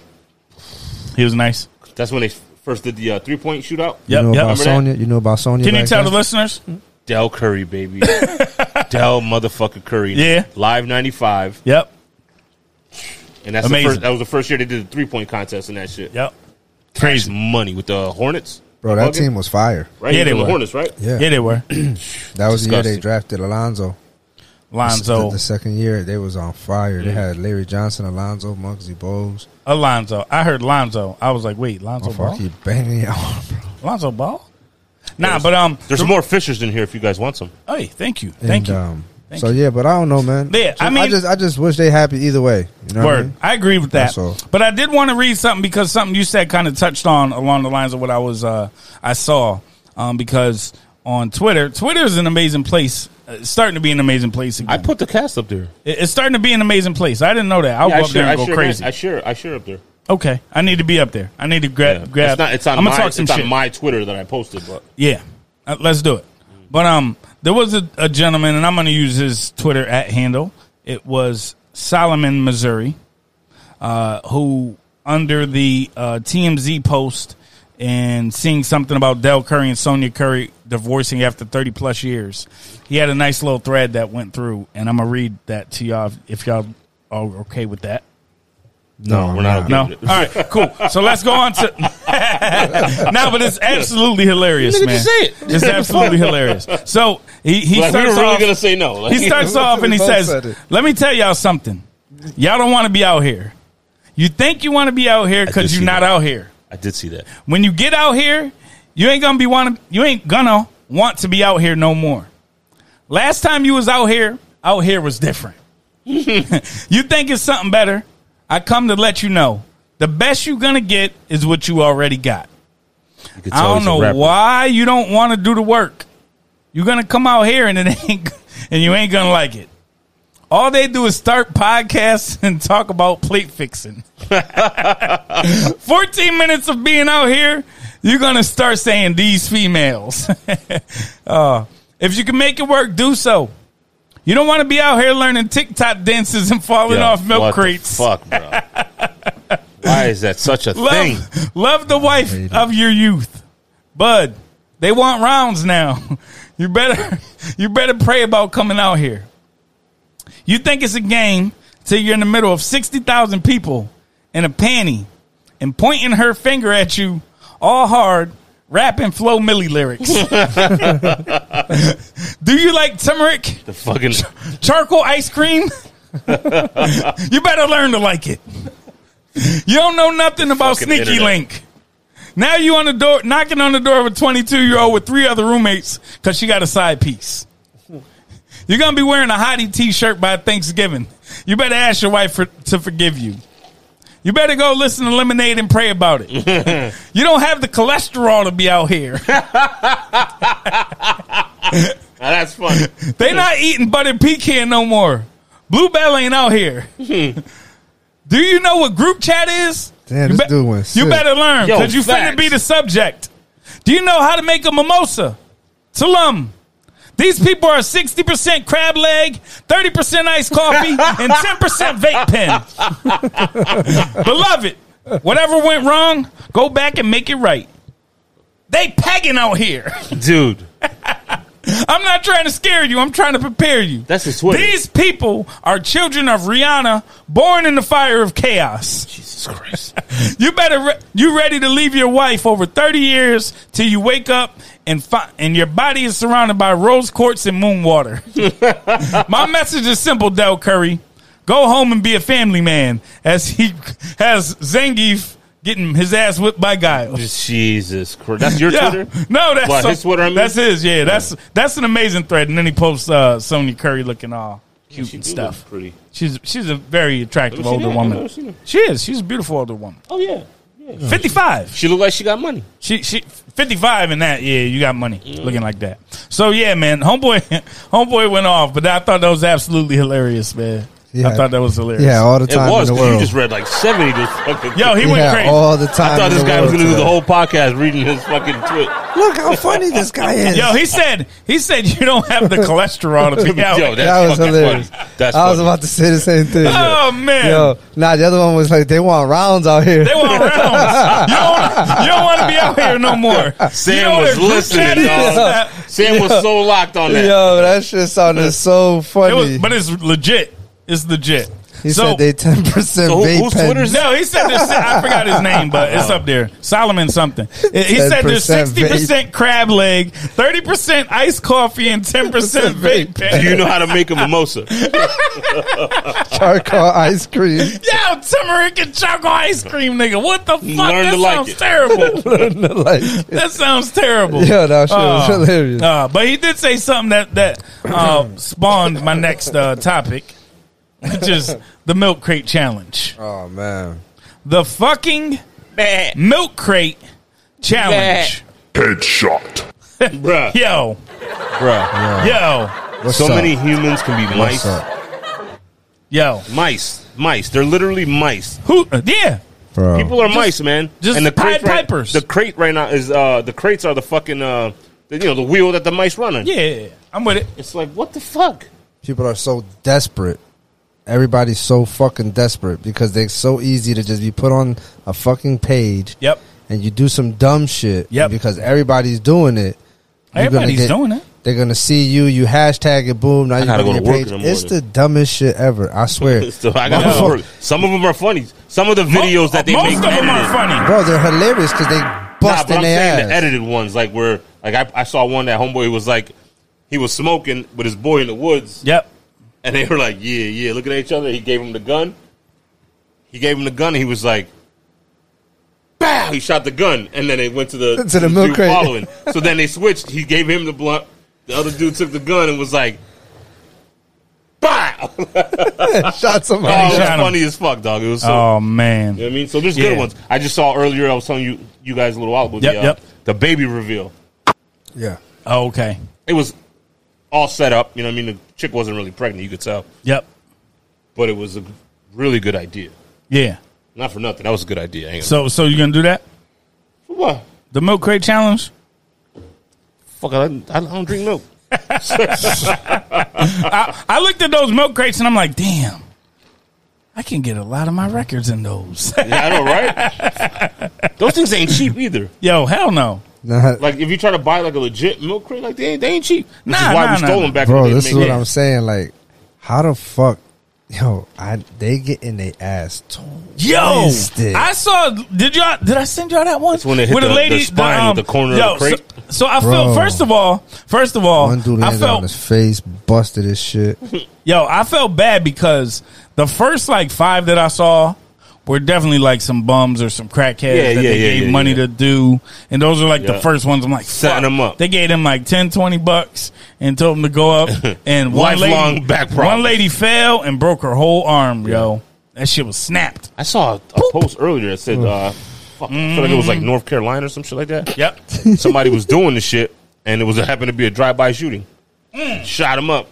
Speaker 1: He was nice.
Speaker 3: That's when they f- first did the uh, three point shootout.
Speaker 1: Yep,
Speaker 2: you know
Speaker 1: yep.
Speaker 2: about
Speaker 1: Remember
Speaker 3: that?
Speaker 2: Sonya? You know about Sonya?
Speaker 1: Can you
Speaker 2: back
Speaker 1: tell
Speaker 2: then?
Speaker 1: the listeners?
Speaker 3: Del Curry, baby. Del motherfucker Curry.
Speaker 1: Yeah.
Speaker 3: Live 95.
Speaker 1: Yep.
Speaker 3: And that's the
Speaker 1: Amazing.
Speaker 3: first, that was the first year they did the three point contest and that shit.
Speaker 1: Yep.
Speaker 3: Crazy money with the Hornets.
Speaker 2: Bro, that
Speaker 3: Bugging?
Speaker 2: team was fire.
Speaker 3: Right?
Speaker 1: Yeah, they
Speaker 3: From the
Speaker 1: were.
Speaker 3: Hornets, right?
Speaker 2: Yeah,
Speaker 1: Yeah, they were.
Speaker 2: that was the year
Speaker 3: disgusting.
Speaker 2: they drafted Alonzo.
Speaker 1: Lonzo,
Speaker 2: The, the second year they was on fire. They had Larry Johnson, Alonzo, Muggsy Bowles,
Speaker 1: Alonzo. I heard Lonzo. I was like, wait, Lonzo Ball?
Speaker 2: Funky banging out.
Speaker 1: Lonzo Ball? Nah, but um,
Speaker 3: There's more Fishers in here if you guys want some.
Speaker 1: hey, thank you, thank
Speaker 2: and,
Speaker 1: you.
Speaker 2: Um,
Speaker 1: Thank
Speaker 2: so yeah, but I don't know, man.
Speaker 1: Yeah, I mean-
Speaker 2: just I just wish they happy either way. You know what I
Speaker 1: Word.
Speaker 2: mean?
Speaker 1: I agree with that.
Speaker 2: That's all.
Speaker 1: But I did want to read something because something you said kind of touched on along the lines of what I was uh, I saw um, because on Twitter, Twitter is an amazing place. It's starting to be an amazing place again.
Speaker 3: I put the cast up there.
Speaker 1: It- it's starting to be an amazing place. I didn't know that. I'll
Speaker 3: Yeah, I
Speaker 1: go up there
Speaker 3: share-
Speaker 1: and
Speaker 3: I
Speaker 1: go
Speaker 3: share-
Speaker 1: crazy.
Speaker 3: I share, I share up there.
Speaker 1: okay, I need to be up there. I need to grab
Speaker 3: Yeah.
Speaker 1: grab.
Speaker 3: It's, not, it's on,
Speaker 1: I'm
Speaker 3: my,
Speaker 1: gonna talk some
Speaker 3: it's
Speaker 1: shit.
Speaker 3: on my Twitter that I posted, but
Speaker 1: Yeah, Uh, let's do it. But um, there was a, a gentleman, and I'm going to use his Twitter at handle. It was Solomon, Missouri, uh, who under the uh, TMZ post and seeing something about Del Curry and Sonia Curry divorcing after 30 plus years, he had a nice little thread that went through, and I'm gonna read that to y'all if y'all are okay with that.
Speaker 2: No,
Speaker 3: we're not.
Speaker 1: No. All right, cool. So let's go on to now, but it's absolutely hilarious, man.
Speaker 3: just say it.
Speaker 1: It's absolutely hilarious. So he he
Speaker 3: Like, we were
Speaker 1: starts
Speaker 3: really
Speaker 1: off.
Speaker 3: going to say no. Like,
Speaker 1: he starts off and he
Speaker 2: We both said
Speaker 1: says,
Speaker 2: it.
Speaker 1: "Let me tell y'all something. Y'all don't want to be out here. You think you want to be out here
Speaker 3: did
Speaker 1: because you're
Speaker 3: see
Speaker 1: not
Speaker 3: that.
Speaker 1: out here.
Speaker 3: I did see that.
Speaker 1: When you get out here, you ain't gonna be want. You ain't gonna want to be out here no more. Last time you was out here, out here was different. you think it's something better? I come to let you know. The best you gonna get is what you already got.
Speaker 3: You could
Speaker 1: I
Speaker 3: tell
Speaker 1: don't
Speaker 3: he's a
Speaker 1: know
Speaker 3: rapper.
Speaker 1: why you don't want to do the work. You're gonna come out here and it ain't, and you ain't gonna like it. All they do is start podcasts and talk about plate fixing. 14 minutes of being out here, you're gonna start saying these females. Uh, if you can make it work, do so. You don't want to be out here learning TikTok dances and falling
Speaker 3: Yeah,
Speaker 1: off milk
Speaker 3: what the
Speaker 1: crates.
Speaker 3: fuck, bro. why is that such a thing?
Speaker 1: Love, love the wife
Speaker 2: Hate it.
Speaker 1: of your youth, bud. They want rounds now. You better, you better pray about coming out here. You think it's a game till you're in the middle of sixty thousand people in a panty and pointing her finger at you, all hard, rapping flow Millie lyrics. Do you like turmeric?
Speaker 3: The fucking
Speaker 1: charcoal ice cream, you better learn to like it. You don't know nothing about
Speaker 3: Fucking
Speaker 1: Sneaky
Speaker 3: internet.
Speaker 1: Link. Now you on the door knocking on the door of a 22 year old with three other roommates because she got a side piece. You're gonna be wearing a hottie T-shirt by Thanksgiving. You better ask your wife for, to forgive you. You better go listen to Lemonade and pray about it. you don't have the cholesterol to be out here.
Speaker 3: Now, that's funny.
Speaker 1: They not eating butter pecan no more. Bluebell ain't out here.
Speaker 3: Hmm.
Speaker 1: Do you know what group chat is?
Speaker 2: Damn,
Speaker 1: you
Speaker 2: this dude went
Speaker 1: You
Speaker 2: sick.
Speaker 1: better learn
Speaker 3: Yo,
Speaker 1: because you finna
Speaker 3: facts.
Speaker 1: be the subject. Do you know how to make a mimosa? Salum. These people are 60% crab leg, 30% iced coffee, and 10% vape pen. Beloved, whatever went wrong, go back and make it right. They pegging out here.
Speaker 3: Dude,
Speaker 1: I'm not trying to scare you. I'm trying to prepare you.
Speaker 3: that's his Twitter.
Speaker 1: These people are children of Rihanna, born in the fire of chaos.
Speaker 3: Jesus Christ.
Speaker 1: You better re- you ready to leave your wife over thirty years till you wake up and fi- and your body is surrounded by rose quartz and moon water. My message is simple, Del Curry. Go home and be a family man, as he has Zangief getting his ass whipped by Guile.
Speaker 3: Jesus Christ. That's your
Speaker 1: Yeah.
Speaker 3: Twitter?
Speaker 1: No, that's
Speaker 3: What, his Twitter, I mean?
Speaker 1: That's his. Yeah, that's that's an amazing thread. And then he posts uh, Sonya Curry looking all cute
Speaker 3: She
Speaker 1: and
Speaker 3: do
Speaker 1: stuff.
Speaker 3: look Pretty.
Speaker 1: She's she's a very attractive
Speaker 3: Never seen
Speaker 1: older
Speaker 3: her.
Speaker 1: woman.
Speaker 3: Never seen her.
Speaker 1: She is. She's a beautiful older woman.
Speaker 3: Oh, yeah. yeah.
Speaker 1: Fifty five.
Speaker 3: She looked like she got money.
Speaker 1: She she fifty five in that. Yeah, you got money looking like that. So yeah, man. Homeboy homeboy went off, but I thought that was absolutely hilarious, man.
Speaker 2: Yeah.
Speaker 1: I thought that was hilarious.
Speaker 2: Yeah, all the
Speaker 3: It
Speaker 2: time
Speaker 3: was.
Speaker 2: in the
Speaker 3: 'cause You
Speaker 2: world.
Speaker 3: just read like 70 just fucking.
Speaker 1: Yo, he
Speaker 2: yeah,
Speaker 1: went crazy.
Speaker 2: all the time.
Speaker 3: I thought
Speaker 2: in
Speaker 3: this
Speaker 2: the
Speaker 3: guy was
Speaker 2: world
Speaker 3: going to do
Speaker 2: today.
Speaker 3: the whole podcast reading his fucking tweet.
Speaker 2: Look how funny this guy is.
Speaker 1: Yo, he said he said you don't have the cholesterol to be out.
Speaker 3: Yo, that's
Speaker 2: that was
Speaker 3: fucking
Speaker 2: hilarious.
Speaker 3: funny. That's
Speaker 2: I was
Speaker 3: funny.
Speaker 2: about to say the same thing.
Speaker 1: oh man.
Speaker 2: Yo, nah, the other one was like they want rounds out here.
Speaker 1: They want rounds. You don't you don't want to be out here no more.
Speaker 3: Sam
Speaker 1: You know
Speaker 3: was
Speaker 1: the group
Speaker 3: listening,
Speaker 1: chat is
Speaker 3: dog.
Speaker 1: that-
Speaker 3: Sam was so locked on that.
Speaker 2: Yo, that shit sounded so
Speaker 1: It
Speaker 2: funny.
Speaker 1: was, but it's legit. It's legit.
Speaker 2: he
Speaker 1: so
Speaker 2: said they ten percent
Speaker 3: So who-
Speaker 2: vape
Speaker 3: whose
Speaker 2: pens.
Speaker 3: Twitter's that?
Speaker 1: no, he said there's. I forgot his name, but it's up there. Solomon something. He said there's
Speaker 2: 10%
Speaker 1: sixty percent crab leg, thirty percent iced coffee, and ten percent vape.
Speaker 3: Do
Speaker 1: pen.
Speaker 3: you know how to make a mimosa?
Speaker 2: charcoal ice cream.
Speaker 1: Yo, turmeric and chocolate ice cream, nigga. What the fuck?
Speaker 3: Learn
Speaker 1: that
Speaker 3: to like
Speaker 1: sounds
Speaker 3: it.
Speaker 1: terrible.
Speaker 2: like,
Speaker 1: that sounds terrible.
Speaker 2: yeah, that shit
Speaker 3: oh.
Speaker 2: was
Speaker 1: Uh,
Speaker 2: hilarious.
Speaker 1: uh, but he did say something that that uh, spawned my next uh, topic, which is the milk crate challenge.
Speaker 3: Uh.
Speaker 2: Oh man,
Speaker 1: The fucking milk crate challenge.
Speaker 5: Headshot.
Speaker 3: Bruh.
Speaker 1: Yo,
Speaker 3: Bruh.
Speaker 1: yo,
Speaker 2: What's
Speaker 3: So
Speaker 2: up?
Speaker 3: many humans can be
Speaker 2: What's
Speaker 3: mice.
Speaker 2: up,
Speaker 1: yo.
Speaker 3: Mice. Mice. They're literally mice.
Speaker 1: Who? uh, Yeah,
Speaker 2: bro?
Speaker 3: People are mice, man.
Speaker 1: just Pied
Speaker 3: crate right-
Speaker 1: Pipers.
Speaker 3: The crate right now is uh the crates are the fucking uh the, you know the wheel that the mice run on.
Speaker 1: yeah. I'm with it.
Speaker 3: It's like what the fuck?
Speaker 2: people are so desperate. Everybody's so fucking desperate because they're so easy to just be put on a fucking page.
Speaker 1: Yep.
Speaker 2: And you do some dumb shit.
Speaker 1: Yep.
Speaker 2: Because everybody's doing it. you're gonna
Speaker 1: Everybody's
Speaker 2: get-
Speaker 1: doing it.
Speaker 2: They're gonna see you. You hashtag it. Boom. Now you
Speaker 3: gotta
Speaker 2: go to your
Speaker 3: go to work
Speaker 2: page.
Speaker 3: in the morning.
Speaker 2: It's the dumbest shit ever. I swear,
Speaker 3: So I got
Speaker 2: Motherfuck-
Speaker 3: Some of them are funny. Some of the videos
Speaker 1: Mo-
Speaker 3: that they
Speaker 1: most
Speaker 3: make
Speaker 1: of them
Speaker 3: edited.
Speaker 1: are funny.
Speaker 2: bro. They're hilarious because they
Speaker 3: Nah,
Speaker 2: bust
Speaker 3: but
Speaker 2: in
Speaker 3: I'm
Speaker 2: their
Speaker 3: saying
Speaker 2: ass.
Speaker 3: the edited ones, like where like I, I saw one that homeboy was like he was smoking with his boy in the woods,
Speaker 1: Yep.
Speaker 3: and they were like, yeah, yeah, looking at each other. He gave him the gun. He gave him the gun. and He was like, "Bow!" He shot the gun, and then they went to the
Speaker 2: To the milk
Speaker 3: dude
Speaker 2: crate.
Speaker 3: following. So then they switched. He gave him the blunt. The other dude took the gun and was like, "Bow!" oh,
Speaker 2: Shot somebody.
Speaker 3: it was
Speaker 1: shot him.
Speaker 3: funny as fuck, dog. It was so
Speaker 1: Oh man.
Speaker 3: you know what I mean? So there's
Speaker 1: Yeah.
Speaker 3: good ones. I just saw earlier, I was telling you you guys a little while ago,
Speaker 1: Yep,
Speaker 3: the, uh,
Speaker 1: yep.
Speaker 3: the baby reveal.
Speaker 2: Yeah.
Speaker 1: Oh, okay.
Speaker 3: It was all set up. You know what I mean? The chick wasn't really pregnant, you could tell.
Speaker 1: Yep.
Speaker 3: But it was a really good idea.
Speaker 1: Yeah.
Speaker 3: Not for nothing. That was a good idea. Hang on.
Speaker 1: So so you're gonna do that?
Speaker 3: For what?
Speaker 1: The milk crate challenge?
Speaker 3: Fuck, I, don't- I don't drink milk.
Speaker 1: I looked at those milk crates and I'm like, damn, I can get a lot of my records in those.
Speaker 3: Yeah, I know, right? Those things ain't cheap either.
Speaker 1: Yo, hell no.
Speaker 2: Nah,
Speaker 3: Like, if you try to buy, like, a legit milk crate, like, they ain't, they ain't cheap. Which
Speaker 1: Nah,
Speaker 3: is why
Speaker 1: nah,
Speaker 3: we
Speaker 1: nah,
Speaker 3: stole
Speaker 1: nah.
Speaker 3: them back in
Speaker 2: bro.
Speaker 3: the day.
Speaker 2: This is
Speaker 3: man.
Speaker 2: what I'm saying. Like, how the fuck, yo? I they get in their ass
Speaker 1: Yo,
Speaker 2: Wasted.
Speaker 1: I saw. Did y'all? Did I send y'all that one?
Speaker 3: when it hit
Speaker 1: With
Speaker 3: the-
Speaker 1: a lady, um,
Speaker 3: the spine with the corner of the crate.
Speaker 1: So, so I
Speaker 2: Bro.
Speaker 1: felt. First of all, first of all,
Speaker 2: One dude
Speaker 1: I
Speaker 2: landed on
Speaker 1: felt.
Speaker 2: his face, busted his shit.
Speaker 1: Yo, I felt bad because the first like five that I saw were definitely like some bums or some crackheads that
Speaker 3: Yeah, yeah,
Speaker 1: they
Speaker 3: yeah,
Speaker 1: gave
Speaker 3: yeah,
Speaker 1: money
Speaker 3: yeah.
Speaker 1: to do, and those are like the
Speaker 3: Yeah.
Speaker 1: first ones. I'm like
Speaker 3: Setting
Speaker 1: fuck.
Speaker 3: them up.
Speaker 1: They gave them like 10, 20 bucks and told them to go up. And one lady,
Speaker 3: Lifelong back
Speaker 1: one
Speaker 3: problems.
Speaker 1: lady fell and broke her whole arm. Yo, that shit was snapped.
Speaker 3: I saw a, a post earlier
Speaker 2: Mm.
Speaker 3: that said, uh, fuck, I feel like it was, like, North Carolina or some shit like that.
Speaker 1: Yep.
Speaker 3: somebody was doing the shit, and it was it happened to be a drive-by shooting. Shot him up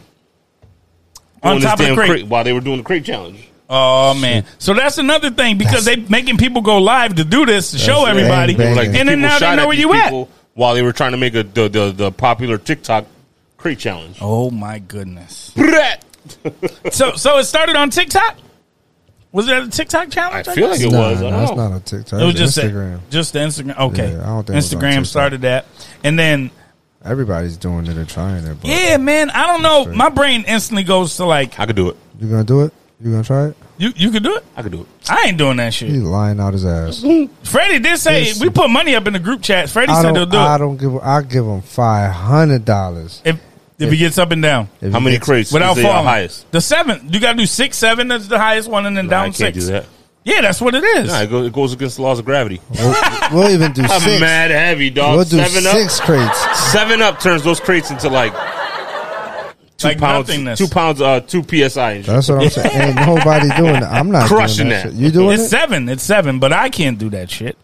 Speaker 1: Mm. On
Speaker 3: Doing this
Speaker 1: top of the
Speaker 3: damn
Speaker 1: crate.
Speaker 3: while they were doing the crate challenge.
Speaker 1: Oh man! So that's another thing because they making people go live to do this to show everybody,
Speaker 2: bang, bang.
Speaker 3: these
Speaker 1: and then
Speaker 3: people
Speaker 1: now
Speaker 3: shot
Speaker 1: they
Speaker 3: at
Speaker 1: know where
Speaker 3: these
Speaker 1: you at.
Speaker 3: people While they were trying to make a, the, the the popular TikTok crate challenge.
Speaker 1: Oh my goodness!
Speaker 3: Brat!
Speaker 1: So so it started on TikTok. Was that a TikTok
Speaker 3: I
Speaker 1: challenge?
Speaker 3: feel like
Speaker 1: guess?
Speaker 3: it
Speaker 2: Nah,
Speaker 3: was. I
Speaker 2: nah, it's
Speaker 3: don't know.
Speaker 2: not on TikTok.
Speaker 1: it was just
Speaker 2: Instagram.
Speaker 1: Instagram. just the Instagram. Okay,
Speaker 2: Yeah, I don't think it was on
Speaker 1: Instagram
Speaker 2: TikTok.
Speaker 1: started that, and then
Speaker 2: Everybody's doing it and trying it. But
Speaker 1: yeah, man, I don't know. My brain instantly goes to like
Speaker 3: I could do it.
Speaker 2: you gonna do it? You gonna try it?
Speaker 1: you. You could do it.
Speaker 3: I could do it.
Speaker 1: I ain't doing that shit.
Speaker 2: He's lying out his ass.
Speaker 1: Freddie did say
Speaker 2: Listen.
Speaker 1: we put money up in the group chat. Freddie
Speaker 2: I
Speaker 1: said he'll
Speaker 2: don't.
Speaker 1: do
Speaker 2: I
Speaker 1: it
Speaker 2: don't give. I give him five hundred dollars.
Speaker 1: if if he gets up and down.
Speaker 3: How many crates
Speaker 1: without
Speaker 3: is the
Speaker 1: falling.
Speaker 3: highest?
Speaker 1: The seventh. You got to do six, seven. That's the highest one, and then
Speaker 3: I
Speaker 1: down
Speaker 3: can't
Speaker 1: six.
Speaker 3: do that.
Speaker 1: Yeah, that's what it is.
Speaker 3: Nah, it, go, it goes against the laws of gravity.
Speaker 2: We'll, we'll even do
Speaker 3: I'm
Speaker 2: 6
Speaker 3: mad heavy, dog.
Speaker 2: we'll do
Speaker 3: seven
Speaker 2: six crates.
Speaker 3: up. Seven up turns those crates into like two
Speaker 1: Like
Speaker 3: pounds.
Speaker 1: nothingness.
Speaker 3: Two pounds. Uh, two psi. and shit.
Speaker 2: That's what I'm saying. Ain't nobody doing it. I'm not doing
Speaker 3: Crushing
Speaker 2: that.
Speaker 3: that.
Speaker 2: shit. You doing
Speaker 1: It's
Speaker 2: it?
Speaker 1: seven. It's seven, but I can't do that shit.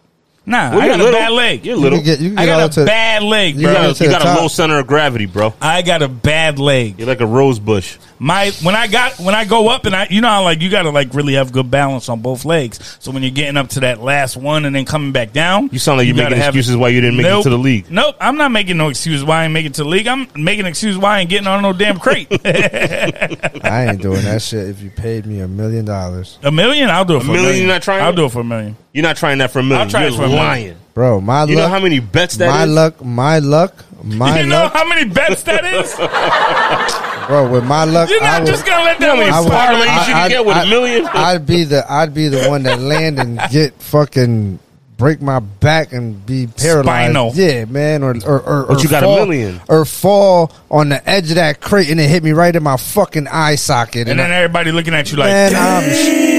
Speaker 1: Nah,
Speaker 3: Well,
Speaker 1: I
Speaker 3: you're
Speaker 1: got a
Speaker 3: little.
Speaker 1: bad leg.
Speaker 3: You're
Speaker 2: You
Speaker 3: little.
Speaker 2: can get. You can
Speaker 1: I
Speaker 2: get out
Speaker 1: got
Speaker 2: to.
Speaker 1: a bad leg,
Speaker 2: You
Speaker 1: bro.
Speaker 2: got-
Speaker 3: Bro,
Speaker 2: to
Speaker 3: you
Speaker 2: the
Speaker 3: got
Speaker 2: top.
Speaker 3: a low center of gravity, bro.
Speaker 1: I got a bad leg.
Speaker 3: You're like a rose bush.
Speaker 1: My when I got when I go up and I you know how like you gotta like really have good balance on both legs. So when you're getting up to that last one and then coming back down,
Speaker 3: You sound like you're
Speaker 1: gotta
Speaker 3: making
Speaker 1: have-
Speaker 3: excuses why you didn't make
Speaker 1: Nope.
Speaker 3: it to the league.
Speaker 1: Nope, I'm not making no excuse why I ain't making it to the league. I'm making an excuse why I ain't getting on no damn crate.
Speaker 2: I ain't doing that shit. If you paid me a million dollars,
Speaker 1: a million, I'll do it for a
Speaker 3: million
Speaker 1: million.
Speaker 3: you're not trying
Speaker 1: I'll
Speaker 3: it?
Speaker 1: do it for a million.
Speaker 3: You're not trying that for a 1000000
Speaker 1: I'll try
Speaker 3: you're
Speaker 1: it for a
Speaker 3: lying.
Speaker 1: million.
Speaker 2: bro. My
Speaker 3: You
Speaker 2: luck,
Speaker 3: know how many bets that
Speaker 2: my
Speaker 3: is?
Speaker 2: luck, my luck, my
Speaker 1: You know
Speaker 2: luck,
Speaker 1: how many bets that is?
Speaker 2: bro. With my luck,
Speaker 1: You're
Speaker 2: I
Speaker 1: not
Speaker 2: would,
Speaker 1: just gonna let
Speaker 3: You know
Speaker 1: that
Speaker 3: how
Speaker 1: one
Speaker 3: many
Speaker 1: slide.
Speaker 3: parlays you can get with a million?
Speaker 2: I'd be the I'd be the one that land and get fucking break my back and be paralyzed.
Speaker 1: Spinal.
Speaker 2: Yeah, man. Or or or,
Speaker 3: But
Speaker 2: or
Speaker 3: you got a
Speaker 2: fall,
Speaker 3: million.
Speaker 2: Or fall on the edge of that crate and it hit me right in my fucking eye socket.
Speaker 1: And
Speaker 2: And,
Speaker 1: then everybody looking at you
Speaker 2: I,
Speaker 1: like,
Speaker 2: man, I'm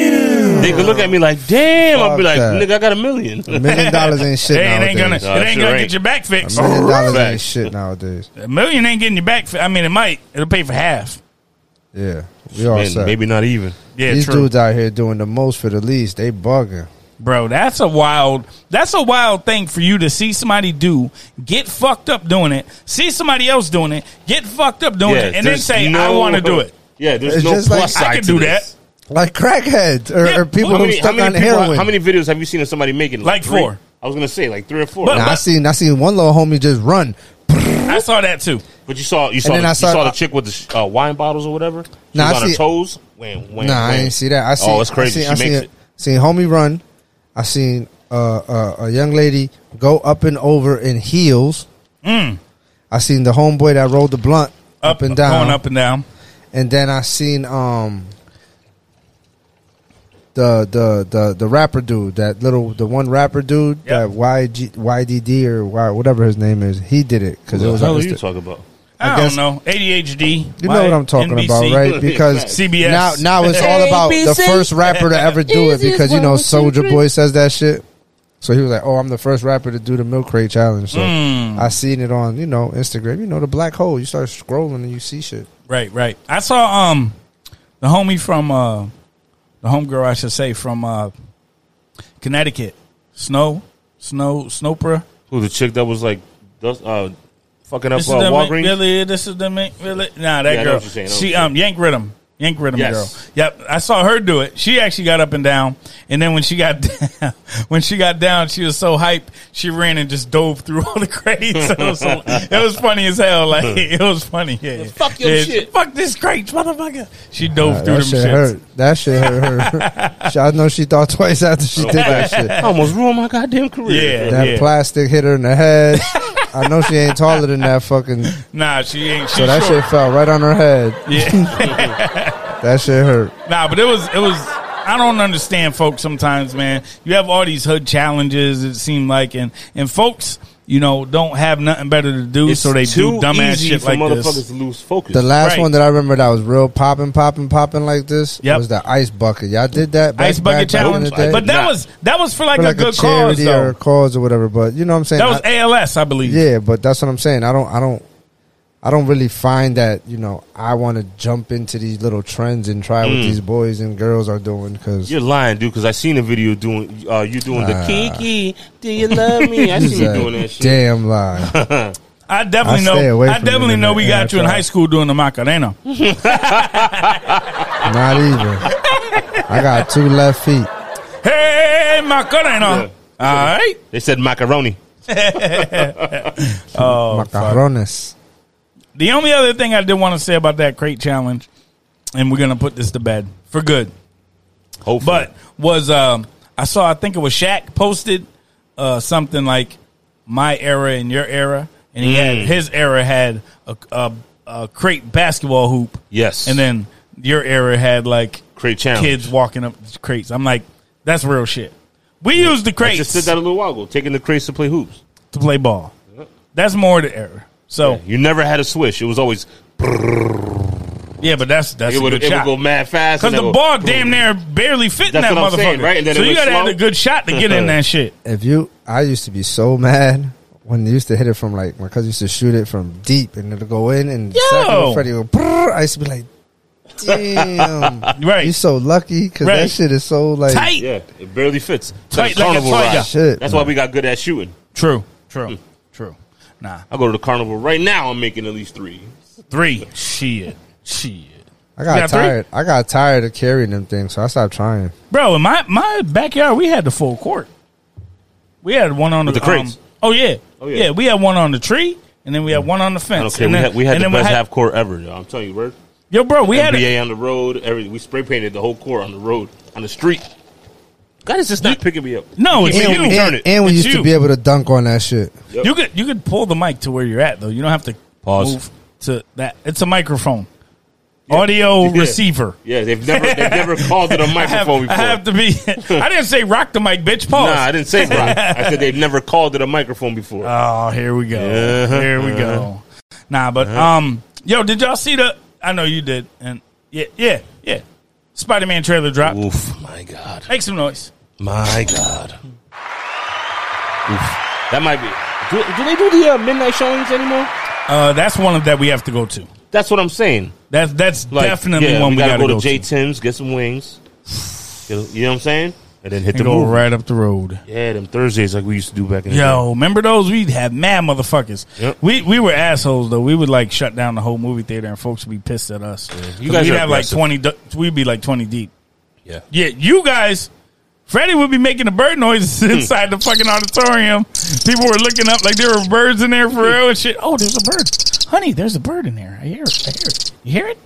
Speaker 3: They could look at me like, damn. I'll be
Speaker 2: Fuck
Speaker 3: like,
Speaker 2: that.
Speaker 3: nigga, I got a million.
Speaker 2: a million dollars ain't shit
Speaker 1: hey, it
Speaker 2: nowadays.
Speaker 1: ain't gonna,
Speaker 3: Nah,
Speaker 1: it ain't
Speaker 3: sure
Speaker 1: gonna
Speaker 3: ain't.
Speaker 1: get your back fixed.
Speaker 2: a million dollars ain't
Speaker 3: Facts.
Speaker 2: shit nowadays.
Speaker 1: A million ain't getting your back fixed. I mean, it might. It'll pay for half.
Speaker 2: Yeah, we all
Speaker 3: Man,
Speaker 2: set.
Speaker 3: maybe not even.
Speaker 1: Yeah,
Speaker 2: These
Speaker 1: true.
Speaker 2: dudes out here doing the most for the least. They bugging.
Speaker 1: Bro, that's a wild that's a wild thing for you to see somebody do, get fucked up doing it, see somebody else doing it, get fucked up doing
Speaker 3: Yeah,
Speaker 1: it, and then
Speaker 3: there's
Speaker 1: say, I
Speaker 3: no-
Speaker 1: wanna do it.
Speaker 3: Yeah, there's
Speaker 2: It's
Speaker 3: no
Speaker 2: just
Speaker 3: plus
Speaker 2: like-
Speaker 3: side
Speaker 1: I can
Speaker 3: to
Speaker 1: do
Speaker 3: this.
Speaker 2: Like crackheads or,
Speaker 1: Yeah,
Speaker 2: or people
Speaker 3: How
Speaker 2: who
Speaker 3: many, how
Speaker 2: stuck
Speaker 3: many
Speaker 2: on
Speaker 3: people-
Speaker 2: heroin.
Speaker 3: how many videos have you seen of somebody making?
Speaker 1: Like
Speaker 3: three?
Speaker 1: four.
Speaker 3: I was gonna say like three or four.
Speaker 1: But-
Speaker 3: But,
Speaker 2: Nah, I seen I seen one little homie just run.
Speaker 1: I saw that too.
Speaker 3: you saw you saw,
Speaker 2: then
Speaker 3: the,
Speaker 2: I saw-
Speaker 3: you saw the chick with the sh- uh, wine bottles or whatever. She
Speaker 2: Nah,
Speaker 3: was
Speaker 2: I
Speaker 3: on
Speaker 2: see-
Speaker 3: her toes. Wham, wham,
Speaker 2: Nah, I
Speaker 3: wham.
Speaker 2: ain't see that. I seen,
Speaker 3: oh, it's crazy.
Speaker 2: I seen,
Speaker 3: she
Speaker 2: I
Speaker 3: makes
Speaker 2: seen, seen homie run. I seen uh, uh, a young lady go up and over in heels. I seen the homeboy that rolled the blunt up, and down,
Speaker 1: Going up and down.
Speaker 2: and then I seen um the the the the rapper dude, that little the one rapper dude
Speaker 1: Yep.
Speaker 2: that YG, YDD or y, whatever his name is. He did it because
Speaker 3: it.
Speaker 2: it
Speaker 3: What
Speaker 2: was
Speaker 3: the hell are
Speaker 2: like,
Speaker 3: you talking about?
Speaker 1: I,
Speaker 2: I
Speaker 1: don't
Speaker 2: guess-
Speaker 1: know. ADHD.
Speaker 2: You know what I'm talking
Speaker 1: NBC.
Speaker 2: about, right? Because
Speaker 1: CBS.
Speaker 2: now, now it's all about the first rapper to ever do it because you know Soldier Boy says that shit. So he was like, "Oh, I'm the first rapper to do the milk crate challenge." So
Speaker 3: Hmm.
Speaker 2: I seen it on you know Instagram. You know the black hole. You start scrolling and you see shit.
Speaker 1: Right, right. I saw um the homie from uh the homegirl I should say from uh Connecticut. Snow Snow Snopra.
Speaker 3: Who the chick that was like, does, uh, fucking up
Speaker 1: This
Speaker 3: uh,
Speaker 1: is the
Speaker 3: Walgreens?
Speaker 1: really this is the main really nah that
Speaker 3: Yeah, I know
Speaker 1: girl.
Speaker 3: what you're saying, I know what
Speaker 1: She
Speaker 3: you're
Speaker 1: um yank rhythm. Yank rhythm
Speaker 3: Yes.
Speaker 1: girl. Yep. I saw her do it. She actually got up and down. And then when she got down when she got down, she was so hyped, she ran and just dove through all the crates. So it, was so- it was funny as hell. Like it was funny. Yeah.
Speaker 3: Fuck your
Speaker 1: Yeah,
Speaker 3: shit.
Speaker 1: Fuck this crate, motherfucker. She dove through them
Speaker 2: that shit
Speaker 1: shits.
Speaker 2: hurt. That shit hurt her. She- I know she thought twice after she did that shit.
Speaker 3: I almost ruined my goddamn career.
Speaker 1: Yeah.
Speaker 2: That plastic hit her in the head. I know she ain't taller than that fucking.
Speaker 1: Nah, she ain't. She
Speaker 2: So that
Speaker 1: short.
Speaker 2: shit fell right on her head.
Speaker 1: Yeah.
Speaker 2: That shit hurt.
Speaker 1: nah, but it was it was. I don't understand folks sometimes, man. You have all these hood challenges. It seemed like, and and folks, you know, don't have nothing better to do, so they do dumbass
Speaker 3: easy
Speaker 1: shit
Speaker 3: for
Speaker 1: like
Speaker 3: motherfuckers
Speaker 1: this.
Speaker 3: to lose focus.
Speaker 2: The last
Speaker 1: Right.
Speaker 2: one that I remember that was real popping, popping, popping like this
Speaker 1: Yep.
Speaker 2: was the ice bucket. Y'all did that back,
Speaker 1: Ice bucket
Speaker 2: back- back in
Speaker 1: challenge,
Speaker 2: the day?
Speaker 1: but that
Speaker 3: Nah.
Speaker 1: was that was for like,
Speaker 2: for like
Speaker 1: a
Speaker 2: a
Speaker 1: good cause,
Speaker 2: charity
Speaker 1: though.
Speaker 2: or a cause or whatever. But you know what I'm saying?
Speaker 1: that was
Speaker 2: I-
Speaker 1: ALS, I believe.
Speaker 2: yeah, but that's what I'm saying. I don't, I don't, I don't really find that you know I want to jump into these little trends and try what these boys and girls are doing because
Speaker 3: You're lying, dude. Because I seen a video doing uh, you doing the
Speaker 2: Ah.
Speaker 3: Kiki. Do you love me? I seen you doing that shit.
Speaker 2: damn lie.
Speaker 1: I definitely
Speaker 2: I
Speaker 1: know.
Speaker 2: stay away
Speaker 1: I
Speaker 2: from it
Speaker 1: definitely
Speaker 2: in
Speaker 1: know
Speaker 2: the-
Speaker 1: we
Speaker 2: in
Speaker 1: got
Speaker 2: that
Speaker 1: you in
Speaker 2: trial.
Speaker 1: high school doing the Macarena.
Speaker 2: Not even. I got two left feet.
Speaker 1: Hey, Macarena! All right.
Speaker 3: They said macaroni.
Speaker 2: Macarrones.
Speaker 1: The only other thing I did want to say about that crate challenge, and we're gonna put this to bed for good,
Speaker 3: Hopefully.
Speaker 1: but was um, I saw I think it was Shaq posted uh, something like my era and your era, and he
Speaker 3: Mm.
Speaker 1: had his era had a, a, a crate basketball hoop,
Speaker 3: yes,
Speaker 1: and then your era had like
Speaker 3: create challenge.
Speaker 1: kids walking up the crates. I'm like, that's real shit. We use the
Speaker 3: I just
Speaker 1: crates
Speaker 3: said that a little while ago. Taking the crates to play hoops.
Speaker 1: to play ball. That's more the era. So yeah,
Speaker 3: You never had a swish. It was always
Speaker 1: but that's that's
Speaker 3: it
Speaker 1: a
Speaker 3: would,
Speaker 1: good
Speaker 3: it would
Speaker 1: shot.
Speaker 3: go mad fast
Speaker 1: Because
Speaker 3: and
Speaker 1: the
Speaker 3: then
Speaker 1: ball
Speaker 3: go-
Speaker 1: damn near barely fit in
Speaker 3: That's
Speaker 1: that
Speaker 3: what I'm
Speaker 1: motherfucker.
Speaker 3: saying, right? And then
Speaker 1: so
Speaker 3: it
Speaker 1: you
Speaker 3: was
Speaker 1: gotta have
Speaker 3: slow.
Speaker 1: a good shot to get in that shit.
Speaker 2: If you, I used to be so mad when they used to hit it from like my cousin used to shoot it from deep and it'll go in and
Speaker 1: Yo!
Speaker 2: second Freddie go. "Brrr." I used to be like, damn,
Speaker 1: Right.
Speaker 2: You so lucky because
Speaker 1: Right.
Speaker 2: that shit is so like
Speaker 1: Tight.
Speaker 3: Yeah, it barely fits. It's
Speaker 1: Tight
Speaker 3: like
Speaker 1: like
Speaker 3: a
Speaker 1: a
Speaker 3: carnival
Speaker 1: tiger.
Speaker 3: ride.
Speaker 2: Shit,
Speaker 3: That's
Speaker 2: man.
Speaker 3: why we got good at shooting.
Speaker 1: True. True.
Speaker 3: Hmm.
Speaker 1: True. Nah.
Speaker 3: I go to the carnival right now. I'm making at least three.
Speaker 1: Three. Shit. Shit.
Speaker 2: I got
Speaker 1: You got three?
Speaker 2: tired. I got tired of carrying them things, so I stopped trying.
Speaker 1: Bro, in my, my backyard we had the full court. We had one on
Speaker 3: With
Speaker 1: the
Speaker 3: the crates?
Speaker 1: oh yeah.
Speaker 3: Oh,
Speaker 1: yeah.
Speaker 3: yeah.
Speaker 1: we had one on the tree and then we had one on the
Speaker 3: I
Speaker 1: fence.
Speaker 3: don't care.
Speaker 1: And
Speaker 3: We
Speaker 1: then-
Speaker 3: had, we had
Speaker 1: and
Speaker 3: the
Speaker 1: then we
Speaker 3: best half court ever. yo. I'm telling you, word.
Speaker 1: Yo, bro, we had it.
Speaker 3: NBA on the road. Every we spray painted the whole court on the road on the street. God is just not picking me up.
Speaker 1: No, it's
Speaker 3: He
Speaker 1: you.
Speaker 3: can't
Speaker 2: And,
Speaker 3: even turn
Speaker 2: and,
Speaker 3: it.
Speaker 2: and we
Speaker 1: It's
Speaker 2: used
Speaker 1: you.
Speaker 2: to be able to dunk on that shit.
Speaker 1: You could you could pull the mic to where you're at though. You don't have to
Speaker 3: Pause.
Speaker 1: move to that. It's a microphone, audio
Speaker 3: Yeah.
Speaker 1: receiver.
Speaker 3: Yeah, they've never they've never called it a
Speaker 1: I have, I
Speaker 3: microphone before.
Speaker 1: have to be. I didn't say rock the mic, bitch.
Speaker 3: nah,
Speaker 1: Pause.
Speaker 3: I didn't say Brock. I said they've never called it a microphone before.
Speaker 1: Oh, here we go.
Speaker 3: Yeah.
Speaker 1: Here we go. Nah, but um, yo, did y'all see the? I know you did, and yeah, yeah, yeah. Spider Man trailer drop.
Speaker 3: Oof, my God.
Speaker 1: Make some noise.
Speaker 3: My God. Oof. That might be. Do, do they do the uh, midnight showings anymore?
Speaker 1: Uh, that's one of that we have to go to.
Speaker 3: That's what I'm saying.
Speaker 1: That's that's
Speaker 3: Like,
Speaker 1: definitely
Speaker 3: yeah,
Speaker 1: one
Speaker 3: we
Speaker 1: we
Speaker 3: gotta, go to J
Speaker 1: to.
Speaker 3: Tim's, get some wings. Get a- you know what I'm saying? And then hit the
Speaker 1: And go
Speaker 3: movie.
Speaker 1: right up the road.
Speaker 3: Yeah, them Thursdays like we used to do back in the day.
Speaker 1: Yo, remember those? We'd have mad motherfuckers.
Speaker 3: Yep.
Speaker 1: We we were assholes though. We would like shut down the whole movie theater, and folks would be pissed at us.
Speaker 3: You guys
Speaker 1: we'd
Speaker 3: are
Speaker 1: have like
Speaker 3: aggressive.
Speaker 1: twenty. du- We'd be like twenty deep.
Speaker 3: Yeah.
Speaker 1: Yeah, you guys. Freddie would be making the bird noises inside the fucking auditorium. People were looking up like there were birds in there for real and shit. Oh, there's a bird, honey. There's a bird in there. I hear it. I hear it. You hear it?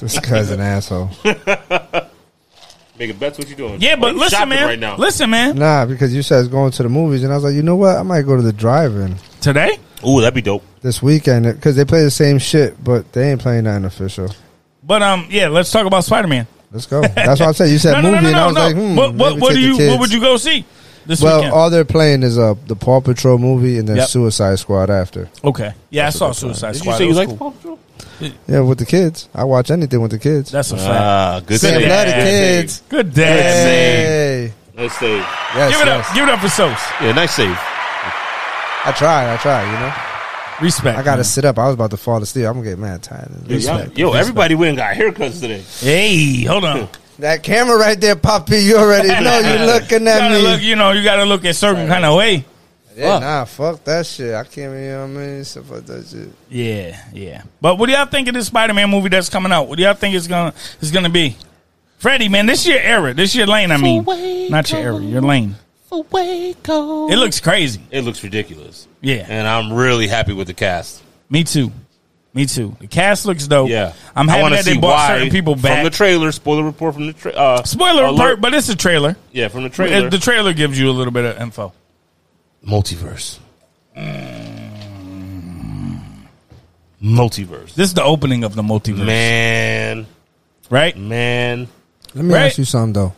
Speaker 2: This guy's an asshole.
Speaker 3: Making bets, what you doing?
Speaker 1: Yeah,
Speaker 3: Why
Speaker 1: but
Speaker 3: you
Speaker 1: listen,
Speaker 3: shopping
Speaker 1: man.
Speaker 3: Right now.
Speaker 1: Listen, man.
Speaker 2: Nah, because you said it's going to the movies, and I was like, you know what? I might go to the drive-in
Speaker 1: Today,
Speaker 3: Ooh, that'd be dope.
Speaker 2: this weekend because they play the same shit, but they ain't playing nothing official.
Speaker 1: but um, yeah. Let's talk about Spider Man.
Speaker 2: Let's go. That's what I said. You said movie, and I was like, hmm,
Speaker 1: what what,
Speaker 2: maybe
Speaker 1: what
Speaker 2: take
Speaker 1: do
Speaker 2: the
Speaker 1: you
Speaker 2: kids.
Speaker 1: what would you go see this
Speaker 2: Well,
Speaker 1: weekend?
Speaker 2: all they're playing is uh the Paw Patrol movie and then
Speaker 1: Yep.
Speaker 2: Suicide Squad after.
Speaker 1: Okay. Yeah, I saw Suicide
Speaker 3: Did
Speaker 1: Squad.
Speaker 3: you say
Speaker 1: That
Speaker 3: you
Speaker 1: was
Speaker 3: like
Speaker 1: cool.
Speaker 3: Paw Patrol?
Speaker 2: Yeah, with the kids. I watch anything with the kids.
Speaker 1: That's a fact.
Speaker 3: Ah, good
Speaker 2: Say
Speaker 3: save.
Speaker 1: Uh, Yeah,
Speaker 2: love
Speaker 1: yeah,
Speaker 2: the
Speaker 1: yeah.
Speaker 2: kids.
Speaker 1: Good dad, man.
Speaker 2: Hey.
Speaker 3: Nice save.
Speaker 2: Yes,
Speaker 1: Give it
Speaker 2: yes.
Speaker 1: up. Give it up for Sos.
Speaker 3: Yeah, nice save.
Speaker 2: I tried. I tried. You know,
Speaker 1: Respect.
Speaker 2: I got to
Speaker 3: Uh-huh.
Speaker 1: man.
Speaker 2: sit up. I was about to fall asleep. I'm gonna get mad tired.
Speaker 3: Yo, y'all- yo, everybody went and got haircuts today.
Speaker 1: Hey, hold on.
Speaker 2: That camera right there, Poppy. You already know you looking
Speaker 1: You
Speaker 2: at
Speaker 1: gotta
Speaker 2: me.
Speaker 1: look, you know, you gotta look a certain kind of way.
Speaker 2: yeah,
Speaker 3: up.
Speaker 2: nah, fuck that shit. I can't. You know what I mean? So fuck that shit.
Speaker 1: Yeah, yeah. But what do y'all think of this Spider Man movie that's coming out? What do y'all think it's gonna it's gonna be? Freddie, man, this your era. This your lane, I mean. Not your era, your lane. It looks crazy.
Speaker 3: It looks ridiculous.
Speaker 1: Yeah.
Speaker 3: And I'm really happy with the cast.
Speaker 1: Me too. Me too. The cast looks dope.
Speaker 3: Yeah.
Speaker 1: I'm
Speaker 3: I
Speaker 1: happy
Speaker 3: wanna
Speaker 1: that they
Speaker 3: see
Speaker 1: brought
Speaker 3: why
Speaker 1: certain people
Speaker 3: From
Speaker 1: back.
Speaker 3: the trailer, spoiler report from the tra- uh,
Speaker 1: Spoiler
Speaker 3: alert.
Speaker 1: alert, but it's a trailer.
Speaker 3: Yeah, from the trailer.
Speaker 1: The trailer gives you a little bit of info.
Speaker 3: Multiverse. Mm. Multiverse.
Speaker 1: This is the opening of the multiverse,
Speaker 3: Man,
Speaker 1: right?
Speaker 3: man.
Speaker 2: Let me
Speaker 1: Right.
Speaker 2: ask you something though.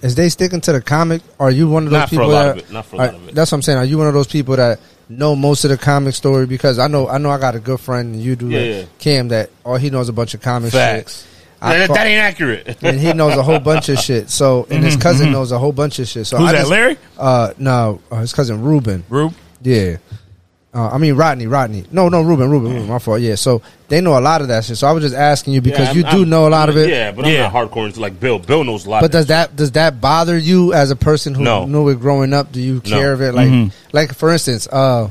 Speaker 2: Is they sticking to the comic? Are you one of those
Speaker 3: Not for a
Speaker 2: people
Speaker 3: lot
Speaker 2: that?
Speaker 3: of it. Not for a lot
Speaker 2: are-
Speaker 3: of it.
Speaker 2: That's what I'm saying. Are you one of those people that know most of the comic story? Because I know, I know, I got a good friend. and You do,
Speaker 3: Yeah,
Speaker 2: that,
Speaker 3: yeah.
Speaker 2: Cam. That all he knows a bunch of comic
Speaker 3: Facts.
Speaker 2: shit. I
Speaker 3: That,
Speaker 2: call-
Speaker 3: that ain't accurate.
Speaker 2: and he knows a whole bunch of shit. So and
Speaker 3: Mm-hmm,
Speaker 2: his cousin knows a whole bunch of shit. So
Speaker 1: Who's
Speaker 2: I
Speaker 1: that,
Speaker 2: just-
Speaker 1: Larry?
Speaker 2: Uh, no, uh, his cousin Ruben.
Speaker 1: Rube.
Speaker 2: Yeah. Uh, I mean Rodney, Rodney. No, no, Ruben, Ruben, Ruben. My fault. Yeah. So they know a lot of that shit. So I was just asking you because
Speaker 3: Yeah,
Speaker 2: you
Speaker 3: I'm-
Speaker 2: do
Speaker 3: I'm-
Speaker 2: know a lot of it.
Speaker 3: Yeah, but I'm
Speaker 1: Yeah.
Speaker 3: not hardcore into like Bill. Bill knows a lot.
Speaker 2: But
Speaker 3: of that
Speaker 2: does that does that bother you as a person who
Speaker 3: No. Mm-hmm.
Speaker 2: knew it growing up? Do you care of it? Like like for instance, uh,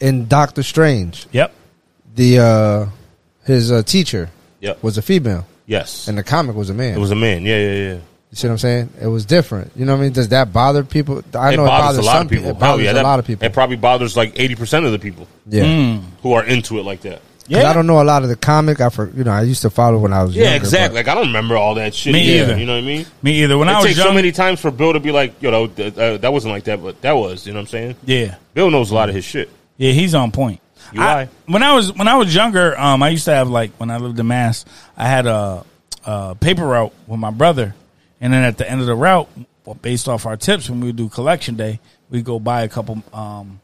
Speaker 2: in Doctor Strange,
Speaker 1: Yep.
Speaker 2: the uh, his uh, teacher
Speaker 3: Yep.
Speaker 2: was a female,
Speaker 3: yes.
Speaker 2: and uh, the comic was a man.
Speaker 3: it was a man. Yeah, yeah, yeah.
Speaker 2: you see what I'm saying? It was different. You know what I mean? Does that bother people? I
Speaker 3: it
Speaker 2: know it bothers
Speaker 3: bothers a lot
Speaker 2: some
Speaker 3: of people.
Speaker 2: It
Speaker 3: Hell
Speaker 2: bothers
Speaker 3: yeah,
Speaker 2: a
Speaker 3: that-
Speaker 2: lot of people.
Speaker 3: It probably bothers like eighty percent of the people
Speaker 2: yeah.
Speaker 1: Mm.
Speaker 3: who are into it like that.
Speaker 2: 'Cause I don't know a lot of the comic. I for you know I used to follow when I was
Speaker 3: Yeah,
Speaker 2: younger,
Speaker 3: exactly. Like I don't remember all that shit.
Speaker 1: Me
Speaker 3: Yeah,
Speaker 1: either.
Speaker 3: You know what I mean?
Speaker 1: Me either. When I
Speaker 3: it
Speaker 1: was
Speaker 3: takes
Speaker 1: young,
Speaker 3: so many times for Bill to be like, yo, that, that, that wasn't like that, but that was. You know what I'm saying?
Speaker 1: yeah,
Speaker 3: Bill knows a lot of his shit.
Speaker 1: yeah, he's on point.
Speaker 3: You
Speaker 1: I-
Speaker 3: lie.
Speaker 1: when I was when I was younger, um, I used to have like when I lived in Mass, I had a, a paper route with my brother, and then at the end of the route, well, based off our tips, when we would do collection day, we go buy a couple um,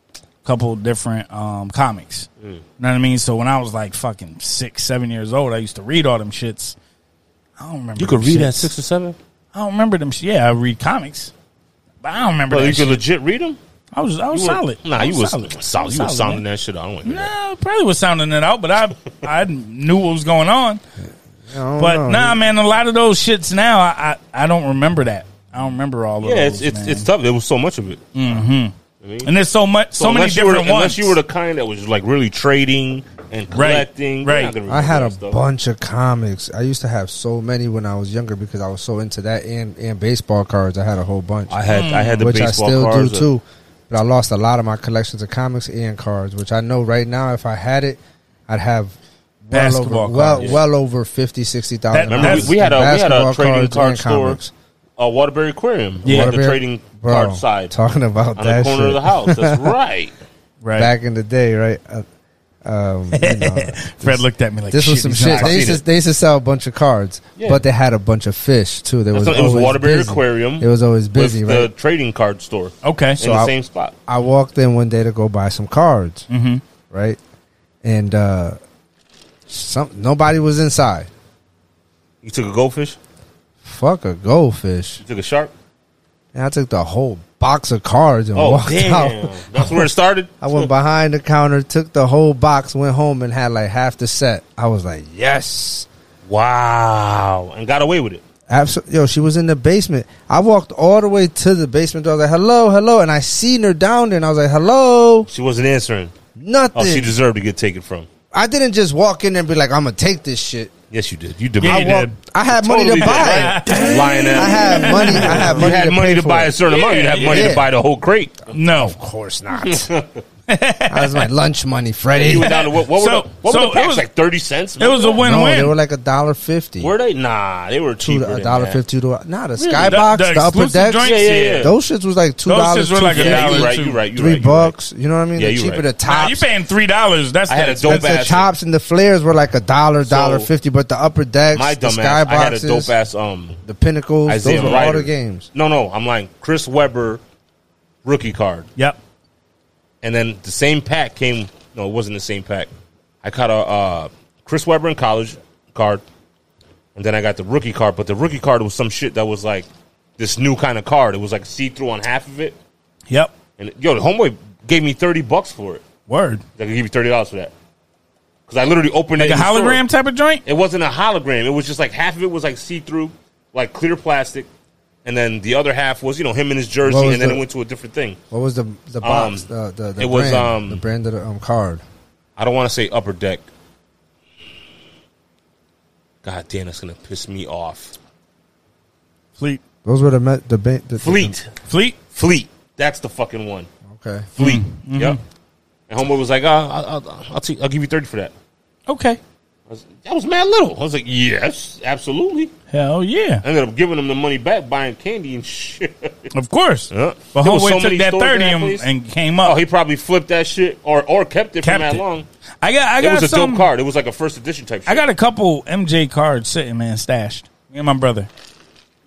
Speaker 1: couple different um, comics.
Speaker 3: Mm.
Speaker 1: You know what I mean? So when I was like fucking six, seven years old, I used to read all them shits. I don't remember. them shits.
Speaker 3: or seven.
Speaker 1: I don't remember them. sh- Yeah, I read comics, but I don't remember.
Speaker 3: Bro,
Speaker 1: that
Speaker 3: you
Speaker 1: shit.
Speaker 3: could legit read them.
Speaker 1: I was I was solid.
Speaker 3: Nah,
Speaker 1: I
Speaker 3: you was solid.
Speaker 1: solid.
Speaker 3: You was sounding
Speaker 1: man.
Speaker 3: that shit. out. I don't want to hear that.
Speaker 1: Nah, probably was sounding it out, but I I knew what was going on.
Speaker 2: But, I don't
Speaker 1: But
Speaker 2: know.
Speaker 1: nah, man, a lot of those shits now, I I, I don't remember that. I don't remember all of
Speaker 3: Yeah, it's
Speaker 1: those.
Speaker 3: it's,
Speaker 1: man.
Speaker 3: it's tough. There was so much of it.
Speaker 1: and there's so much, so, many
Speaker 3: Mm. unless you were,
Speaker 1: different ones.
Speaker 3: Unless you were the kind that was like really trading and
Speaker 1: Right,
Speaker 3: collecting. you're
Speaker 1: right.
Speaker 3: not gonna
Speaker 2: I had a
Speaker 3: remember that stuff.
Speaker 2: bunch of comics. I used to have so many when I was younger because I was so into that and, and baseball cards. I had a whole bunch,
Speaker 3: I had I had the
Speaker 2: which I
Speaker 3: baseball
Speaker 2: still do
Speaker 3: cards. uh,
Speaker 2: too. But I lost a lot of my collections of comics and cards, which I know right now if I had it, I'd have
Speaker 1: Basketball
Speaker 2: over, well,
Speaker 1: cards.
Speaker 2: well over 50, 60,000.
Speaker 1: That-
Speaker 3: Remember,
Speaker 1: That's-
Speaker 3: we, we had a we had a
Speaker 2: basketball
Speaker 3: trading
Speaker 2: cards
Speaker 3: card
Speaker 2: and
Speaker 3: store,
Speaker 2: comics.
Speaker 3: a Waterbury Aquarium.
Speaker 1: Yeah.
Speaker 3: Yeah, the
Speaker 2: Waterbury-
Speaker 3: trading
Speaker 2: Bro,
Speaker 3: card side
Speaker 2: Talking about
Speaker 3: on the
Speaker 2: that
Speaker 3: corner
Speaker 2: shit.
Speaker 3: of the house. That's right.
Speaker 1: right?
Speaker 2: Back in the day, right? Uh, um, you know,
Speaker 1: Fred looked at me like,
Speaker 2: this was some
Speaker 1: he's not
Speaker 2: shit. They used,
Speaker 3: seen
Speaker 2: to, they used to sell a bunch of cards,
Speaker 3: Yeah.
Speaker 2: but they had a bunch of fish too. There was
Speaker 3: That's not- it was
Speaker 2: always
Speaker 3: Waterbury
Speaker 2: busy.
Speaker 3: Aquarium
Speaker 2: It was always busy,
Speaker 3: with
Speaker 2: right?
Speaker 3: the trading card store
Speaker 1: Okay.
Speaker 3: in the
Speaker 2: I-
Speaker 3: same spot.
Speaker 2: I walked in one day to go buy some cards, mm-hmm. right? And uh, some nobody was inside.
Speaker 3: You took a goldfish.
Speaker 2: Fuck a goldfish.
Speaker 3: You took a shark.
Speaker 2: And I took the whole box of cards and
Speaker 3: Oh
Speaker 2: walked
Speaker 3: damn!
Speaker 2: out.
Speaker 3: That's where it started.
Speaker 2: I went behind the counter, took the whole box, went home, and had like half the set. I was like, yes.
Speaker 3: Wow, and got away with it.
Speaker 2: Absolutely. Yo, she was in the basement. I walked all the way to the basement door. I was like, hello, hello. And I seen her down there, and I was like, hello.
Speaker 3: She wasn't answering.
Speaker 2: Nothing.
Speaker 3: Oh, she deserved to get taken from.
Speaker 2: I didn't just walk in there and be like, I'm going to take this shit.
Speaker 3: Yes, you did. You
Speaker 1: Yeah,
Speaker 3: demanded.
Speaker 1: you
Speaker 2: I, walked,
Speaker 1: did.
Speaker 2: I had money
Speaker 3: Totally
Speaker 2: to buy.
Speaker 3: did, right? Lying
Speaker 2: I
Speaker 3: ass.
Speaker 2: had money. I had money
Speaker 3: you had
Speaker 2: to
Speaker 3: money
Speaker 2: pay
Speaker 3: to
Speaker 2: for
Speaker 3: buy
Speaker 2: it.
Speaker 3: a certain amount. You had money
Speaker 2: yeah.
Speaker 3: to buy the whole crate.
Speaker 1: No.
Speaker 2: Of course not. that was my lunch money, Freddie.
Speaker 3: You went down to what? What were,
Speaker 1: So-
Speaker 3: the, what
Speaker 1: so
Speaker 3: were the packs
Speaker 1: it was-
Speaker 3: like? Thirty cents.
Speaker 1: It was a win
Speaker 2: no,
Speaker 1: win.
Speaker 2: they were like a dollar fifty.
Speaker 3: Were they? Nah, they were
Speaker 2: Two-
Speaker 3: cheaper.
Speaker 2: A
Speaker 3: than
Speaker 2: dollar
Speaker 3: that.
Speaker 2: fifty to nah the skybox, the,
Speaker 1: the
Speaker 2: upper
Speaker 1: exclusive
Speaker 2: decks.
Speaker 1: joints?
Speaker 3: Yeah, yeah, yeah.
Speaker 2: Those shits was like two
Speaker 1: Those
Speaker 2: dollars,
Speaker 1: shits were like a
Speaker 3: Yeah,
Speaker 1: dollar
Speaker 3: you're right.
Speaker 1: too.
Speaker 3: You're right. You're
Speaker 2: three
Speaker 3: right, you're right.
Speaker 2: bucks. You know what I mean?
Speaker 3: Yeah,
Speaker 2: They're
Speaker 3: you
Speaker 2: cheaper
Speaker 3: right.
Speaker 1: Nah,
Speaker 2: the tops.
Speaker 1: you're paying three dollars. That's
Speaker 3: I had a
Speaker 1: the
Speaker 3: dope
Speaker 2: the
Speaker 1: expensive-
Speaker 3: ass-
Speaker 2: tops and the flares were like a dollar, dollar fifty. But the upper decks,
Speaker 3: My
Speaker 2: the
Speaker 3: dumb ass. I had a dope
Speaker 2: skyboxes,
Speaker 3: ass. Um,
Speaker 2: the pinnacles,
Speaker 3: Isaiah
Speaker 2: those were all
Speaker 3: Ryder.
Speaker 2: the games.
Speaker 3: no, no, I'm lying. Chris Webber, rookie card,
Speaker 1: Yep.
Speaker 3: and then the same pack came. No, it wasn't the same pack. I caught a uh, Chris Webber in college card, and then I got the rookie card. But the rookie card was some shit that was like this new kind of card. It was like see through on half of it,
Speaker 1: Yep.
Speaker 3: and yo, the homeboy gave me thirty bucks for it.
Speaker 1: Word.
Speaker 3: They could give you thirty dollars for that. Because I literally opened
Speaker 1: Like
Speaker 3: it
Speaker 1: a
Speaker 3: in the store.
Speaker 1: hologram type of joint?
Speaker 3: It wasn't a hologram. It was just like half of it was like see through, like clear plastic, and then the other half was you know him in his jersey,
Speaker 2: What was
Speaker 3: and then
Speaker 2: the-
Speaker 3: it went to a different thing.
Speaker 2: What was the the box? the, the, the
Speaker 3: Um, it
Speaker 2: brand,
Speaker 3: was, um,
Speaker 2: the brand of the um, card.
Speaker 3: I don't want to say upper deck. God damn, that's gonna piss me off.
Speaker 1: Fleet.
Speaker 2: Those were the me- the, ba- the
Speaker 3: Fleet,
Speaker 1: Fleet?
Speaker 3: fleet. That's the fucking one.
Speaker 2: Okay.
Speaker 3: Fleet.
Speaker 2: Mm-hmm.
Speaker 3: Yep. And homeboy was like, uh, I'll, I'll, I'll, t- I'll give you thirty for that.
Speaker 1: Okay.
Speaker 3: I was, that was mad little. I was like, yes, absolutely.
Speaker 1: Hell yeah.
Speaker 3: I ended up giving him the money back, buying candy and shit.
Speaker 1: Of course.
Speaker 3: Yeah.
Speaker 1: But
Speaker 3: There was
Speaker 1: Homeboy
Speaker 3: so
Speaker 1: took
Speaker 3: many
Speaker 1: that
Speaker 3: stores in
Speaker 1: 30
Speaker 3: that
Speaker 1: and,
Speaker 3: place.
Speaker 1: and came up.
Speaker 3: Oh, he probably flipped that shit or or kept it
Speaker 1: Kept
Speaker 3: for that
Speaker 1: it.
Speaker 3: long.
Speaker 1: I got I
Speaker 3: It
Speaker 1: got
Speaker 3: was a
Speaker 1: some
Speaker 3: dope card. It was like a first edition type shit.
Speaker 1: I got a couple MJ cards sitting, man, stashed. Me and my brother.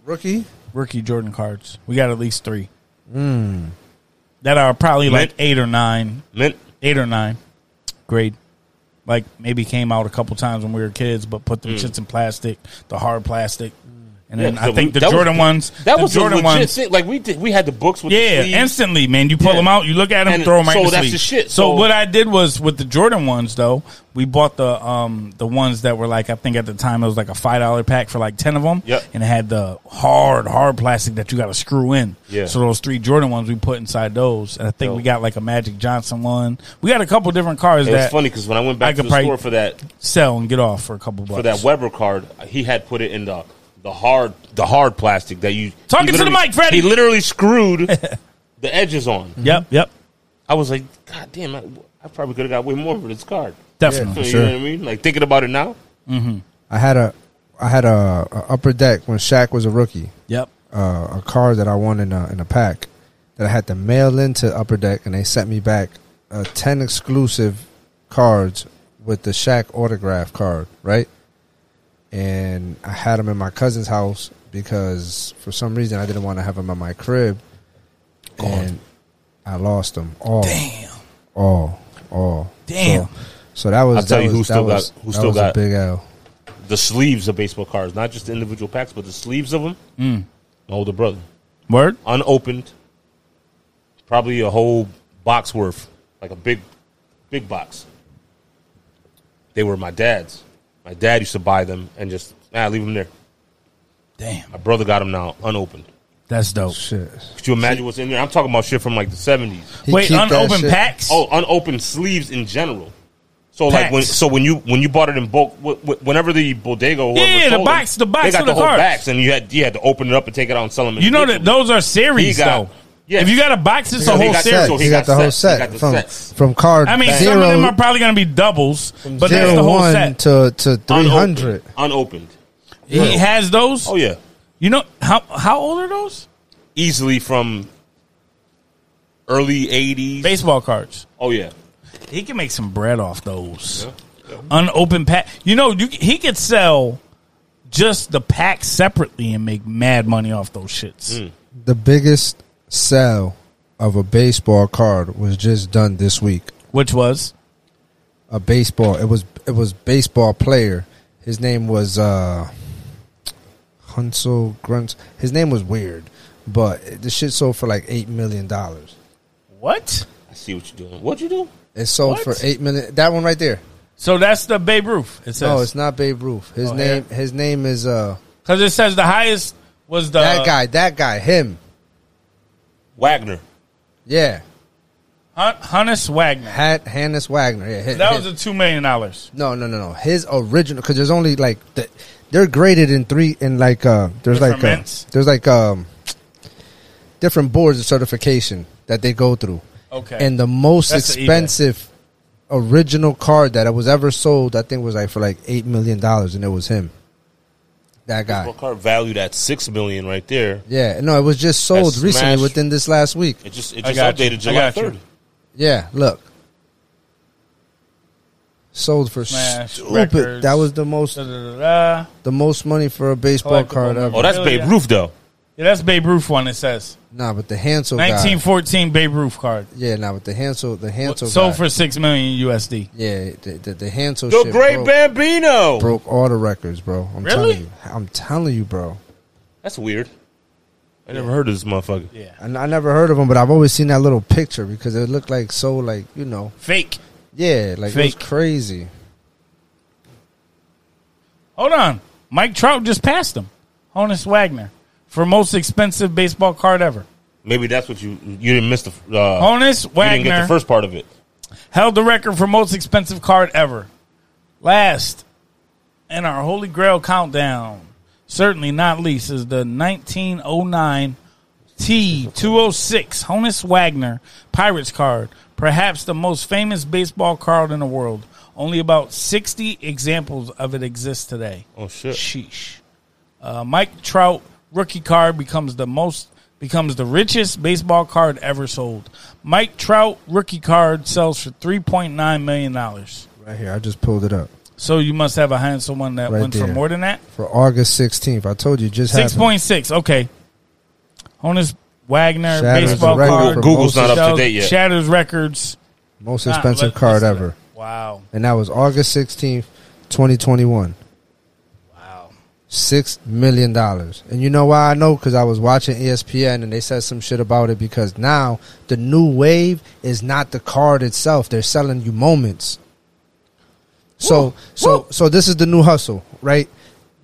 Speaker 2: Rookie.
Speaker 1: Rookie Jordan cards. We got at least three. That are probably
Speaker 3: Mint.
Speaker 1: like eight or nine.
Speaker 3: mint.
Speaker 1: Eight or nine. Grade. Like maybe came out a couple times when we were kids, but put them shits in plastic, the hard plastic. And then
Speaker 3: Hmm. Yeah,
Speaker 1: I
Speaker 3: so
Speaker 1: think
Speaker 3: we-
Speaker 1: the
Speaker 3: that was-
Speaker 1: Jordan ones.
Speaker 3: That
Speaker 1: the
Speaker 3: was
Speaker 1: Jordan
Speaker 3: a legit
Speaker 1: ones.
Speaker 3: thing. Like we did, we had the books with
Speaker 1: Yeah,
Speaker 3: the sleeves.
Speaker 1: instantly, man. You pull
Speaker 3: Yeah.
Speaker 1: them out, you look at them,
Speaker 3: And
Speaker 1: throw them right
Speaker 3: so
Speaker 1: in the
Speaker 3: that's the
Speaker 1: sleeve.
Speaker 3: shit.
Speaker 1: So,
Speaker 3: So-
Speaker 1: what I did was with the Jordan ones, though, we bought the um the ones that were like I think at the time it was like a five dollar pack for like ten of them.
Speaker 3: Yep.
Speaker 1: and it had the hard hard plastic that you got to screw in.
Speaker 3: Yeah.
Speaker 1: So those three Jordan ones we put inside those, and I think we got like a Magic Johnson one. We got a couple different cars
Speaker 3: It was
Speaker 1: that
Speaker 3: funny because when I went
Speaker 1: I
Speaker 3: back to
Speaker 1: could
Speaker 3: the
Speaker 1: probably-
Speaker 3: store for that
Speaker 1: sell and get off for a couple bucks.
Speaker 3: for that Weber card, he had put it in the the hard the hard plastic that you
Speaker 1: Talking
Speaker 3: he
Speaker 1: to the
Speaker 3: literally-
Speaker 1: mic, Freddie.
Speaker 3: He literally screwed the edges on.
Speaker 1: Yep, yep,
Speaker 3: I was like, God damn, I, I probably could have got way more for this card.
Speaker 1: definitely.
Speaker 3: You
Speaker 2: Sure.
Speaker 3: know what I mean? Like thinking about it now,
Speaker 2: I had a I had a, a upper deck when Shaq was a rookie.
Speaker 1: Yep.
Speaker 2: uh, a card that I won in a, in a pack that I had to mail into Upper Deck, and they sent me back uh, ten exclusive cards with the Shaq autograph card, right? And I had them in my cousin's house because for some reason I didn't want to have them at my crib, and I lost them all,
Speaker 1: Damn,
Speaker 2: all, all.
Speaker 1: Damn.
Speaker 2: So, so that was
Speaker 3: I'll tell
Speaker 2: that
Speaker 3: you who
Speaker 2: was-
Speaker 3: still
Speaker 2: that was-
Speaker 3: got- who
Speaker 2: that
Speaker 3: still
Speaker 2: was
Speaker 3: got-
Speaker 2: a big L.
Speaker 3: the sleeves of baseball cards, not just the individual packs, but the sleeves of them.
Speaker 1: Mm.
Speaker 3: My older brother.
Speaker 1: word.
Speaker 3: unopened, probably a whole box worth, like a big, big box. They were my dad's. My dad used to buy them and just ah, leave them there.
Speaker 1: Damn,
Speaker 3: My brother got them now unopened.
Speaker 1: that's dope.
Speaker 2: Shit,
Speaker 3: Could you imagine what's in there? I'm talking about shit from like the seventies.
Speaker 2: He
Speaker 1: Wait,
Speaker 2: keep that
Speaker 1: unopened
Speaker 2: shit-
Speaker 1: packs.
Speaker 3: Oh, unopened sleeves in general. So like when
Speaker 1: Packs.
Speaker 3: so when you when you bought it in bulk, wh- wh- whenever the bodega or whoever
Speaker 1: Yeah, the
Speaker 3: sold them,
Speaker 1: box- the box
Speaker 3: they got
Speaker 1: for
Speaker 3: the
Speaker 1: the
Speaker 3: whole
Speaker 1: cards.
Speaker 3: box, and you had you had to open it up and take it out and sell them.
Speaker 1: You know that those are
Speaker 3: he
Speaker 1: series
Speaker 3: got
Speaker 1: though.
Speaker 3: Yeah.
Speaker 1: If you got a box, it's a
Speaker 3: Because he
Speaker 1: whole
Speaker 3: got
Speaker 1: series.
Speaker 3: So
Speaker 2: he,
Speaker 3: he
Speaker 2: got,
Speaker 3: got
Speaker 2: the whole
Speaker 3: sets.
Speaker 2: set
Speaker 3: He got the
Speaker 2: from
Speaker 3: sets.
Speaker 2: from card
Speaker 1: I mean,
Speaker 2: zero,
Speaker 1: some of them are probably going to be doubles, but
Speaker 2: zero
Speaker 1: that's the whole
Speaker 2: one
Speaker 1: set.
Speaker 2: to to three hundred.
Speaker 3: Unopened. Unopened.
Speaker 1: He has those.
Speaker 3: Oh yeah.
Speaker 1: You know how how old are those
Speaker 3: Easily from early eighties.
Speaker 1: baseball cards?
Speaker 3: Oh yeah.
Speaker 1: He can make some bread off those. Unopened pack. You know, you, he could sell just the pack separately and make mad money off those shits.
Speaker 2: The biggest sell of a baseball card was just done this week.
Speaker 1: Which was
Speaker 2: A baseball. It was it was baseball player. His name was uh Hansel Grunt. His name was weird, but the shit sold for like eight million dollars.
Speaker 1: what?
Speaker 3: I see what you're doing. What you do?
Speaker 2: It sold
Speaker 1: What?
Speaker 2: for eight million. That one right there.
Speaker 1: So that's the Babe Ruth. It
Speaker 2: No, it's
Speaker 1: says
Speaker 2: not Babe Ruth. His
Speaker 1: Oh,
Speaker 2: name. His name is uh
Speaker 1: because it says the highest was the
Speaker 2: that guy. That guy. Him.
Speaker 3: Wagner.
Speaker 2: Yeah.
Speaker 1: Hun- Hannes Wagner.
Speaker 2: Hat Hannes Wagner. Yeah. hi-
Speaker 1: That
Speaker 2: hi-
Speaker 1: was the two million dollars.
Speaker 2: No, no, no, no. His original because there's only like the, they're graded in three in like uh there's
Speaker 1: Different
Speaker 2: like uh,
Speaker 1: mints?
Speaker 2: there's like um different boards of certification that they go through.
Speaker 1: Okay.
Speaker 2: And the most
Speaker 1: That's the eBay.
Speaker 2: expensive original card that was ever sold, I think, was like for like eight million dollars, and it was him. That guy.
Speaker 3: What car valued at six million right there?
Speaker 2: Yeah. No, it was just sold
Speaker 3: That's
Speaker 2: recently
Speaker 3: smashed.
Speaker 2: within this last week.
Speaker 3: It just it
Speaker 1: I
Speaker 3: just
Speaker 1: got you.
Speaker 3: updated
Speaker 1: I
Speaker 3: July
Speaker 1: got you.
Speaker 3: third.
Speaker 2: Yeah. Look. Sold for
Speaker 1: Smash,
Speaker 2: stupid.
Speaker 1: records.
Speaker 2: That was the most
Speaker 1: Da, da, da, da.
Speaker 2: the most money for a baseball
Speaker 1: Collectible
Speaker 2: card
Speaker 1: money.
Speaker 2: ever.
Speaker 3: Oh, that's
Speaker 1: Hell
Speaker 3: Babe
Speaker 1: yeah.
Speaker 3: Ruth though.
Speaker 1: Yeah, that's Babe Ruth one. It says
Speaker 2: Nah, but the
Speaker 3: Oh,
Speaker 2: Hansel guy.
Speaker 1: 1914 Babe Ruth card
Speaker 2: Yeah, nah, but the Hansel, the Hansel
Speaker 1: sold
Speaker 2: guy.
Speaker 1: for six million USD.
Speaker 2: yeah, the the, the Hansel
Speaker 3: The
Speaker 2: shit
Speaker 3: Great
Speaker 2: broke,
Speaker 3: Bambino.
Speaker 2: broke all the records, bro. I'm
Speaker 1: Really?
Speaker 2: telling you, I'm telling you, bro.
Speaker 3: That's weird. I never heard of this motherfucker.
Speaker 1: Yeah,
Speaker 2: And I never heard of him, but I've always seen that little picture because it looked like so, like you know,
Speaker 1: fake.
Speaker 2: yeah, like it was
Speaker 1: Fake.
Speaker 2: crazy.
Speaker 1: Hold on, Mike Trout just passed him. Honus Wagner for most expensive baseball card ever.
Speaker 3: Maybe that's what you you didn't miss the uh,
Speaker 1: Honus
Speaker 3: you didn't get
Speaker 1: Wagner
Speaker 3: the first part of it.
Speaker 1: held the record for most expensive card ever. Last in our Holy Grail countdown, certainly not least, is the 1909 T206 Honus Wagner Pirates card, perhaps the most famous baseball card in the world. Only about 60 examples of it exist today.
Speaker 3: Oh shit!
Speaker 1: Sheesh. Uh, Mike Trout rookie card becomes the most becomes the richest baseball card ever sold. Mike Trout rookie card sells for three point nine million dollars.
Speaker 2: Right here, I just pulled it up
Speaker 1: So you must have a Hansel one that
Speaker 2: Right
Speaker 1: went for
Speaker 2: there.
Speaker 1: more than that.
Speaker 2: for August 16th. I told you, it just
Speaker 1: Six
Speaker 2: happened.
Speaker 1: point six. Okay. Honus Wagner
Speaker 2: Shatters
Speaker 1: baseball
Speaker 2: the record
Speaker 1: card
Speaker 2: for most,
Speaker 3: Google's not up to
Speaker 1: sells-
Speaker 3: date yet.
Speaker 1: Shatters records.
Speaker 2: most
Speaker 1: Nah,
Speaker 2: expensive
Speaker 1: let-
Speaker 2: card
Speaker 1: listen to
Speaker 2: ever,
Speaker 1: that. Wow.
Speaker 2: and that was August 16th, 2021.
Speaker 1: Wow.
Speaker 2: six million dollars. And you know why I know? Because I was watching E ESPN and they said some shit about it. Because now the new wave is not the card itself; they're selling you moments. So, so, so this is the new hustle, right?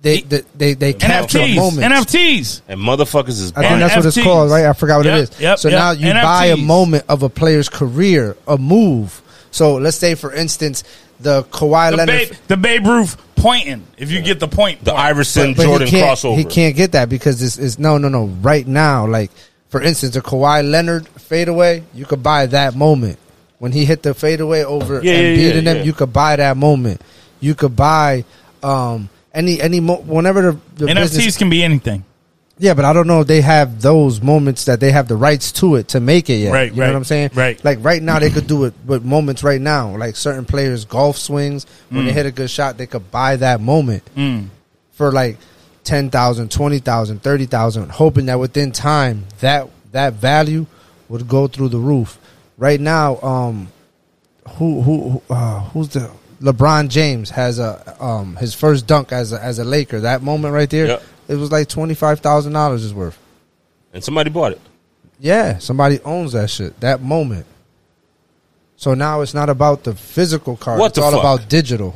Speaker 2: They, they, they, they capture
Speaker 1: NFTs.
Speaker 2: moments.
Speaker 1: NFTs.
Speaker 3: And motherfuckers is
Speaker 2: I think
Speaker 3: buying.
Speaker 2: that's what it's
Speaker 1: NFTs.
Speaker 2: called, right? I forgot what
Speaker 1: Yep,
Speaker 2: it is.
Speaker 1: yep,
Speaker 2: so
Speaker 1: yep.
Speaker 2: now you buy a
Speaker 1: NFTs.
Speaker 2: moment of a player's career, a move. So let's say, for instance, the Kawhi
Speaker 1: The
Speaker 2: Leonard.
Speaker 1: Babe, the Babe Ruth pointing. If you get the point,
Speaker 3: the Iverson
Speaker 2: But
Speaker 3: Jordan
Speaker 2: he can't,
Speaker 3: crossover.
Speaker 2: He can't get that because this is no, no, no. Right now, like for instance, a Kawhi Leonard fadeaway, you could buy that moment when he hit the fadeaway over
Speaker 3: Yeah,
Speaker 2: and
Speaker 3: yeah, yeah,
Speaker 2: beating them.
Speaker 3: yeah.
Speaker 2: You could buy that moment. You could buy um, any any mo- whenever the, the
Speaker 1: NFTs
Speaker 2: business.
Speaker 1: can be anything.
Speaker 2: Yeah, but I don't know if they have those moments that they have the rights to it to make it yet.
Speaker 1: Right,
Speaker 2: you
Speaker 1: right,
Speaker 2: know what I'm saying?
Speaker 1: right.
Speaker 2: Like right now, they could do it with moments right now, like certain players' golf swings when
Speaker 3: Mm.
Speaker 2: they hit a good shot, they could buy that moment for like 10,000, 20,000, 30,000, hoping that within time that that value would go through the roof. Right now, um who who who- uh, who's the LeBron James has a um his first dunk as a, as a Laker. That moment right there,
Speaker 3: Yep.
Speaker 2: it was like $25,000 is worth.
Speaker 3: and somebody bought it.
Speaker 2: Yeah, somebody owns that shit. That moment. So now it's not about the physical card.
Speaker 3: What
Speaker 2: it's
Speaker 3: the
Speaker 2: all
Speaker 3: fuck?
Speaker 2: about digital.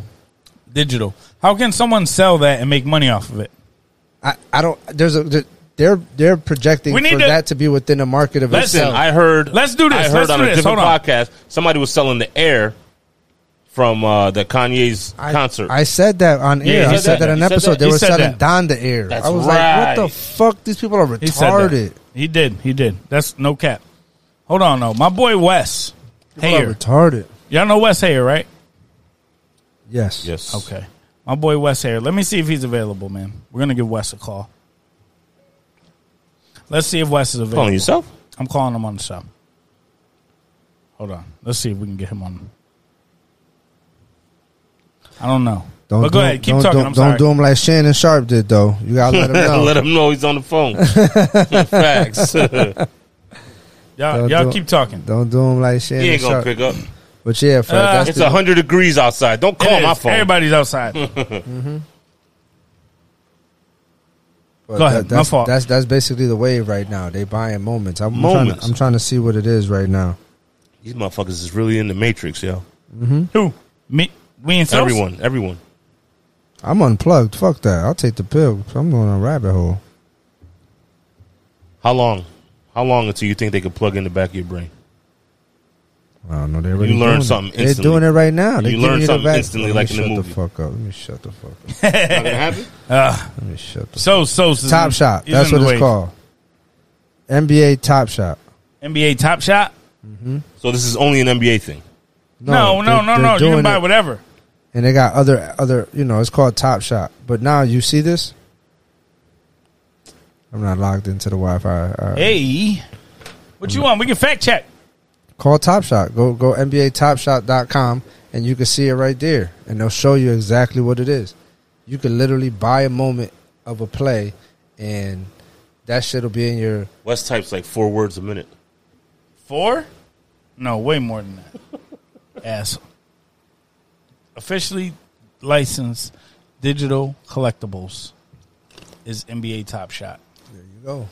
Speaker 1: digital. How can someone sell that and make money off of it?
Speaker 2: I, I don't. There's a. there- They're they're projecting
Speaker 1: We
Speaker 2: for
Speaker 1: need to-
Speaker 2: that to be within a market of
Speaker 1: Let's-
Speaker 3: Listen,
Speaker 2: itself.
Speaker 3: I heard.
Speaker 1: Let's do this.
Speaker 3: I heard
Speaker 1: Let's
Speaker 3: on
Speaker 1: do
Speaker 3: a
Speaker 1: this.
Speaker 3: different
Speaker 1: Hold on.
Speaker 3: podcast somebody was selling the air from uh, the Kanye's
Speaker 2: I-
Speaker 3: concert.
Speaker 2: I said that on
Speaker 1: Yeah,
Speaker 2: air.
Speaker 1: he
Speaker 2: I
Speaker 1: said
Speaker 2: said
Speaker 1: that.
Speaker 2: that on
Speaker 3: He said
Speaker 2: episode.
Speaker 3: that.
Speaker 2: They
Speaker 1: He
Speaker 2: were
Speaker 1: said
Speaker 2: selling
Speaker 1: that.
Speaker 2: down the air.
Speaker 3: That's
Speaker 2: I was like, what the
Speaker 3: right.
Speaker 2: fuck? These people are
Speaker 1: He said that.
Speaker 2: retarded.
Speaker 1: He did. He did. That's no cap. Hold on, though. My boy Wes Hayer.
Speaker 2: retarded.
Speaker 1: Y'all know Wes Hayer, right?
Speaker 2: Yes.
Speaker 3: Yes.
Speaker 1: Okay. My boy Wes Hayer. Let me see if he's available, man. We're going to give Wes a call. Let's see if Wes is available.
Speaker 3: Calling yourself?
Speaker 1: I'm calling him on the show. Hold on. Let's see if we can get him on. I don't know.
Speaker 2: Don't
Speaker 1: but go
Speaker 2: do-
Speaker 1: ahead. Keep
Speaker 2: don't,
Speaker 1: talking.
Speaker 2: Don't,
Speaker 1: I'm sorry.
Speaker 2: don't do them like Shannon Sharp did, though. You gotta let him know.
Speaker 3: Let him know he's on the phone. Facts. he
Speaker 1: y'all
Speaker 2: Don't
Speaker 1: y'all
Speaker 2: do-
Speaker 1: keep talking.
Speaker 2: Don't do them like Shannon
Speaker 3: ain't gonna
Speaker 2: Sharp.
Speaker 3: pick up.
Speaker 2: But yeah, Fred,
Speaker 1: Uh,
Speaker 2: that's
Speaker 3: It's
Speaker 2: the,
Speaker 3: hundred degrees outside. Don't
Speaker 1: It
Speaker 3: call
Speaker 1: is.
Speaker 3: my phone.
Speaker 1: Everybody's outside.
Speaker 2: but
Speaker 1: go ahead. My
Speaker 2: That, that's,
Speaker 1: fault.
Speaker 2: That's that's basically the wave right now. They buying moments. I'm, I'm, trying
Speaker 3: Moments.
Speaker 2: to, I'm trying to see what it is right now.
Speaker 3: These motherfuckers is really in the matrix, yo.
Speaker 1: Who? Me? We and Sos?
Speaker 3: Everyone, everyone.
Speaker 2: I'm unplugged. Fuck that. I'll take the pill. I'm going on a rabbit hole.
Speaker 3: How long? How long until you think they could plug in the back of your brain?
Speaker 2: I don't know. They already
Speaker 3: learn
Speaker 2: doing it.
Speaker 3: something
Speaker 2: They're
Speaker 3: instantly.
Speaker 2: doing it right now.
Speaker 3: You
Speaker 2: They giving you
Speaker 3: learn
Speaker 2: the
Speaker 3: something
Speaker 2: vaccine.
Speaker 3: instantly,
Speaker 2: Let me
Speaker 3: like in the
Speaker 2: shut
Speaker 3: movie.
Speaker 2: the fuck up. Let me shut the fuck up.
Speaker 3: Not gonna happen.
Speaker 2: Let me shut the
Speaker 1: So Sos. is
Speaker 2: Top
Speaker 1: in-
Speaker 2: Shot.
Speaker 1: he's
Speaker 2: That's
Speaker 1: in the
Speaker 2: what it's
Speaker 1: wave.
Speaker 2: called. NBA Top Shot.
Speaker 1: NBA Top Shot.
Speaker 3: So this is only an NBA thing.
Speaker 1: No, no,
Speaker 2: they're-
Speaker 1: no,
Speaker 2: they're
Speaker 1: no. You
Speaker 2: doing
Speaker 1: can buy
Speaker 2: it.
Speaker 1: whatever.
Speaker 2: and they got other other you know it's called top shop but now you see this i'm not logged into the wi-fi All right.
Speaker 1: Hey, what you want? We can fact check.
Speaker 2: call top shot go go nbatopshot.com and you can see it right there and they'll show you exactly what it is you can literally buy a moment of a play and that shit will be in your
Speaker 3: West types like four words a minute.
Speaker 1: Four? No, way more than that. Asshole. Officially licensed digital collectibles is NBA Top Shot.
Speaker 2: there you go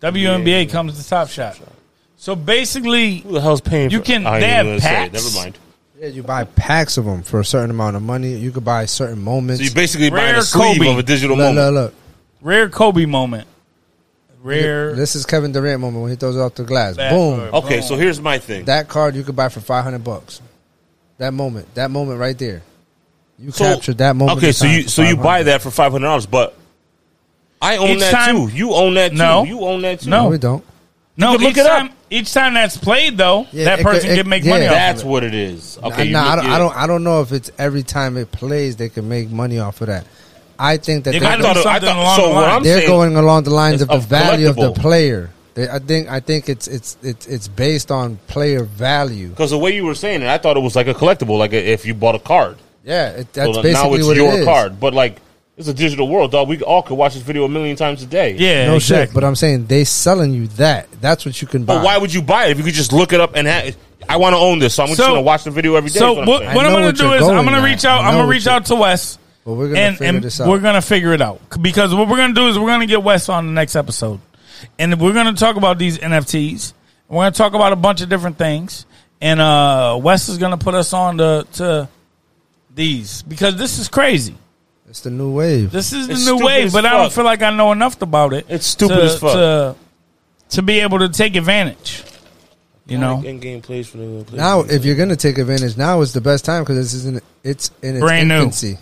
Speaker 1: WNBA comes to Top Shot. So basically,
Speaker 3: Who the hell's paying?
Speaker 1: You
Speaker 3: for?
Speaker 1: can-
Speaker 3: I ain't
Speaker 1: they
Speaker 3: even
Speaker 1: have
Speaker 3: gonna say it.
Speaker 1: packs.
Speaker 3: Never mind.
Speaker 2: yeah you buy packs of them for a certain amount of money you could buy certain moments
Speaker 3: So you're basically buying
Speaker 1: Rare
Speaker 3: a sleeve
Speaker 1: Kobe.
Speaker 3: of a digital
Speaker 2: look,
Speaker 3: moment.
Speaker 2: look, look.
Speaker 1: rare Kobe moment. Rare.
Speaker 2: this is kevin durant moment when he throws it off the glass boom
Speaker 1: Backward.
Speaker 3: Okay, so here's my thing.
Speaker 2: That card you could buy for five hundred bucks. That moment, that moment right there, you
Speaker 3: so,
Speaker 2: captured that moment.
Speaker 3: Okay,
Speaker 2: in
Speaker 3: so
Speaker 2: time
Speaker 3: you
Speaker 2: for
Speaker 3: so you buy
Speaker 2: $500.
Speaker 3: that for five hundred dollars, but I own
Speaker 1: Each
Speaker 3: that
Speaker 1: time-
Speaker 3: too. You own that too.
Speaker 1: No.
Speaker 3: you own that too.
Speaker 1: No.
Speaker 2: No, we don't.
Speaker 1: No,
Speaker 3: You can look
Speaker 1: each
Speaker 3: it up.
Speaker 1: time each time that's played though,
Speaker 2: Yeah,
Speaker 1: that
Speaker 2: it could-
Speaker 1: person
Speaker 2: it-
Speaker 1: can make
Speaker 2: yeah.
Speaker 1: money off
Speaker 3: that's
Speaker 1: of
Speaker 3: what it is.
Speaker 2: Okay,
Speaker 3: Okay,
Speaker 2: nah, I
Speaker 3: you look-
Speaker 2: don't.
Speaker 3: yeah.
Speaker 2: I don't. I don't know if it's every time it plays they can make money off of that. I think that
Speaker 1: They
Speaker 2: they
Speaker 1: gotta
Speaker 3: I thought. I
Speaker 1: Something along
Speaker 3: thought. So
Speaker 1: the
Speaker 3: what
Speaker 1: line.
Speaker 3: I'm
Speaker 2: they're
Speaker 3: saying,
Speaker 2: going along the lines
Speaker 3: is
Speaker 2: of the
Speaker 3: of
Speaker 2: value of the
Speaker 3: collectible.
Speaker 2: player. They, I think. I think it's it's it's it's based on player value.
Speaker 3: Because the way you were saying it, I thought it was like a collectible, like a, if you bought a card.
Speaker 2: Yeah, it,
Speaker 3: So
Speaker 2: that's
Speaker 3: that now
Speaker 2: basically
Speaker 3: it's
Speaker 2: what
Speaker 3: your
Speaker 2: it is.
Speaker 3: card. But like, it's a digital world, dog. We all could watch this video a million times a day.
Speaker 1: it. Yeah,
Speaker 2: No shit.
Speaker 1: exactly.
Speaker 2: But I'm saying they selling you that. That's what you can buy.
Speaker 3: But why would you buy it if you could just look it up and have? I want to own this, so I'm just
Speaker 1: So-
Speaker 3: going to watch the video every day.
Speaker 1: So what,
Speaker 3: is I'm
Speaker 1: what
Speaker 3: saying.
Speaker 1: I'm,
Speaker 2: I know
Speaker 1: gonna
Speaker 2: what
Speaker 1: do
Speaker 2: you're
Speaker 1: is I'm
Speaker 2: going
Speaker 1: gonna
Speaker 2: at.
Speaker 1: reach out. I'm
Speaker 2: I know
Speaker 1: gonna
Speaker 2: what
Speaker 1: reach
Speaker 2: you're-
Speaker 1: out to Wes.
Speaker 2: But we're gonna figure this out.
Speaker 1: We're gonna figure it out because what we're gonna do is we're gonna get Wes on the next episode, and we're gonna talk about these NFTs. We're gonna talk about a bunch of different things, and uh, Wes is gonna put us on to, to these because this is crazy.
Speaker 2: It's the new wave.
Speaker 1: This is the
Speaker 3: It's
Speaker 1: new
Speaker 3: stupid
Speaker 1: wave,
Speaker 3: as
Speaker 1: but I don't
Speaker 3: fuck.
Speaker 1: feel like I know enough about it.
Speaker 3: It's stupid
Speaker 1: to,
Speaker 3: as fuck.
Speaker 1: to to be able to take advantage. You know,
Speaker 3: in game plays for the plays.
Speaker 2: Now, if you're gonna take advantage, now is the best time because this isn't. It's in its
Speaker 1: Brand new.
Speaker 2: infancy.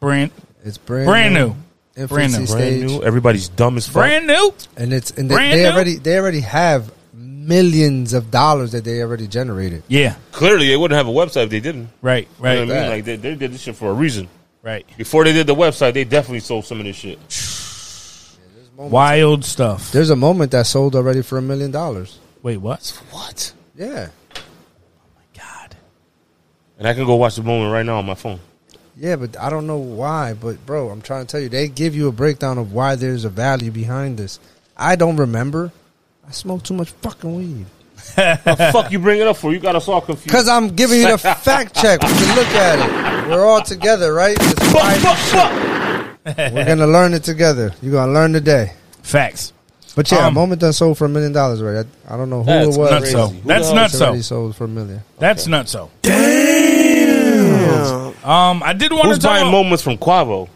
Speaker 1: brand
Speaker 2: It's brand
Speaker 1: brand
Speaker 2: new,
Speaker 1: new, Brand
Speaker 2: infancy
Speaker 1: new.
Speaker 2: stage,
Speaker 3: brand new, everybody's dumb as fuck.
Speaker 1: brand new.
Speaker 2: and it's and they,
Speaker 1: Brand
Speaker 2: they
Speaker 1: new?
Speaker 2: already they already have millions of dollars that they already generated.
Speaker 1: Yeah,
Speaker 3: Clearly, they wouldn't have a website if they didn't.
Speaker 1: right,
Speaker 3: You
Speaker 1: right,
Speaker 3: know what I mean?
Speaker 2: Right.
Speaker 3: Like they, they did this shit for a reason.
Speaker 1: right.
Speaker 3: Before they did the website, they definitely sold some of this shit.
Speaker 1: Wild stuff.
Speaker 2: There's a moment that sold already for a million dollars.
Speaker 1: Wait, what?
Speaker 3: What?
Speaker 2: Yeah,
Speaker 1: God.
Speaker 3: And I can go watch the moment right now on my phone.
Speaker 2: yeah, but I don't know why. But bro, I'm trying to tell you, they give you a breakdown of why there's a value behind this. I don't remember. I smoke too much fucking weed.
Speaker 3: the fuck you bring it up for? You got us all confused.
Speaker 2: Cause I'm giving you the fact check. We can look at it. We're all together, right? This
Speaker 3: fuck,
Speaker 2: Friday
Speaker 3: fuck, fuck.
Speaker 2: We're gonna learn it together. You're gonna learn today.
Speaker 1: Facts.
Speaker 2: But
Speaker 1: Um,
Speaker 2: yeah, a moment done sold for a million dollars already. I, I don't know who
Speaker 3: That's
Speaker 2: it was.
Speaker 3: crazy.
Speaker 1: Nutso.
Speaker 3: Who
Speaker 1: That's
Speaker 3: the hell is
Speaker 2: It's already
Speaker 1: nutso.
Speaker 2: sold for a million.
Speaker 1: That's nutso. Damn. Um, I did want
Speaker 3: Who's
Speaker 1: to talk
Speaker 3: buying
Speaker 1: about
Speaker 3: moments from Quavo?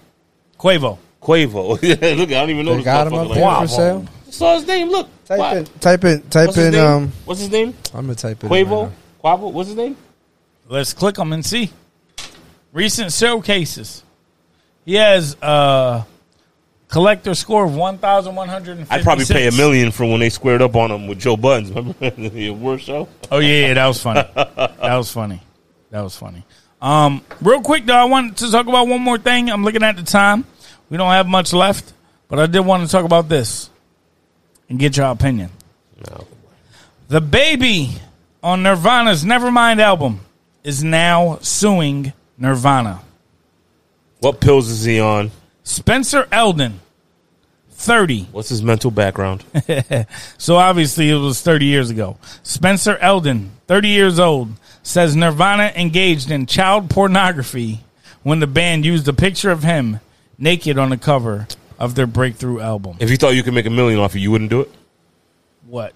Speaker 1: Quavo.
Speaker 3: Quavo. Look, I don't even know
Speaker 2: They
Speaker 3: this
Speaker 2: got him
Speaker 3: motherfucker
Speaker 2: up
Speaker 3: like
Speaker 2: there
Speaker 3: that.
Speaker 2: for sale.
Speaker 3: Saw his name. Look.
Speaker 2: Type
Speaker 3: Why-
Speaker 2: in, type in, type
Speaker 3: What's his
Speaker 2: in.
Speaker 3: name?
Speaker 2: Um,
Speaker 3: What's his name?
Speaker 2: I'm gonna type in uh,
Speaker 3: Quavo. Quavo. What's his name?
Speaker 1: Let's click them and see. Recent showcases. He has uh, Collector score of one thousand one hundred and fifty.
Speaker 3: I'd probably pay a million for when they squared up on him with Joe Buttons. Remember the award show?
Speaker 1: Oh yeah, yeah, that was funny. that was funny. That was funny. Um, real quick though, I wanted to talk about one more thing. I'm looking at the time. We don't have much left, but I did want to talk about this and get your opinion.
Speaker 3: No.
Speaker 1: The baby on Nirvana's Nevermind album is now suing Nirvana.
Speaker 3: What pills is he on?
Speaker 1: Spencer Eldon, 30.
Speaker 3: What's his mental background?
Speaker 1: So obviously it was 30 years ago. Spencer Eldon, 30 years old, says Nirvana engaged in child pornography when the band used a picture of him naked on the cover of their breakthrough album.
Speaker 3: if you thought you could make a million off it, you wouldn't do it,
Speaker 1: What?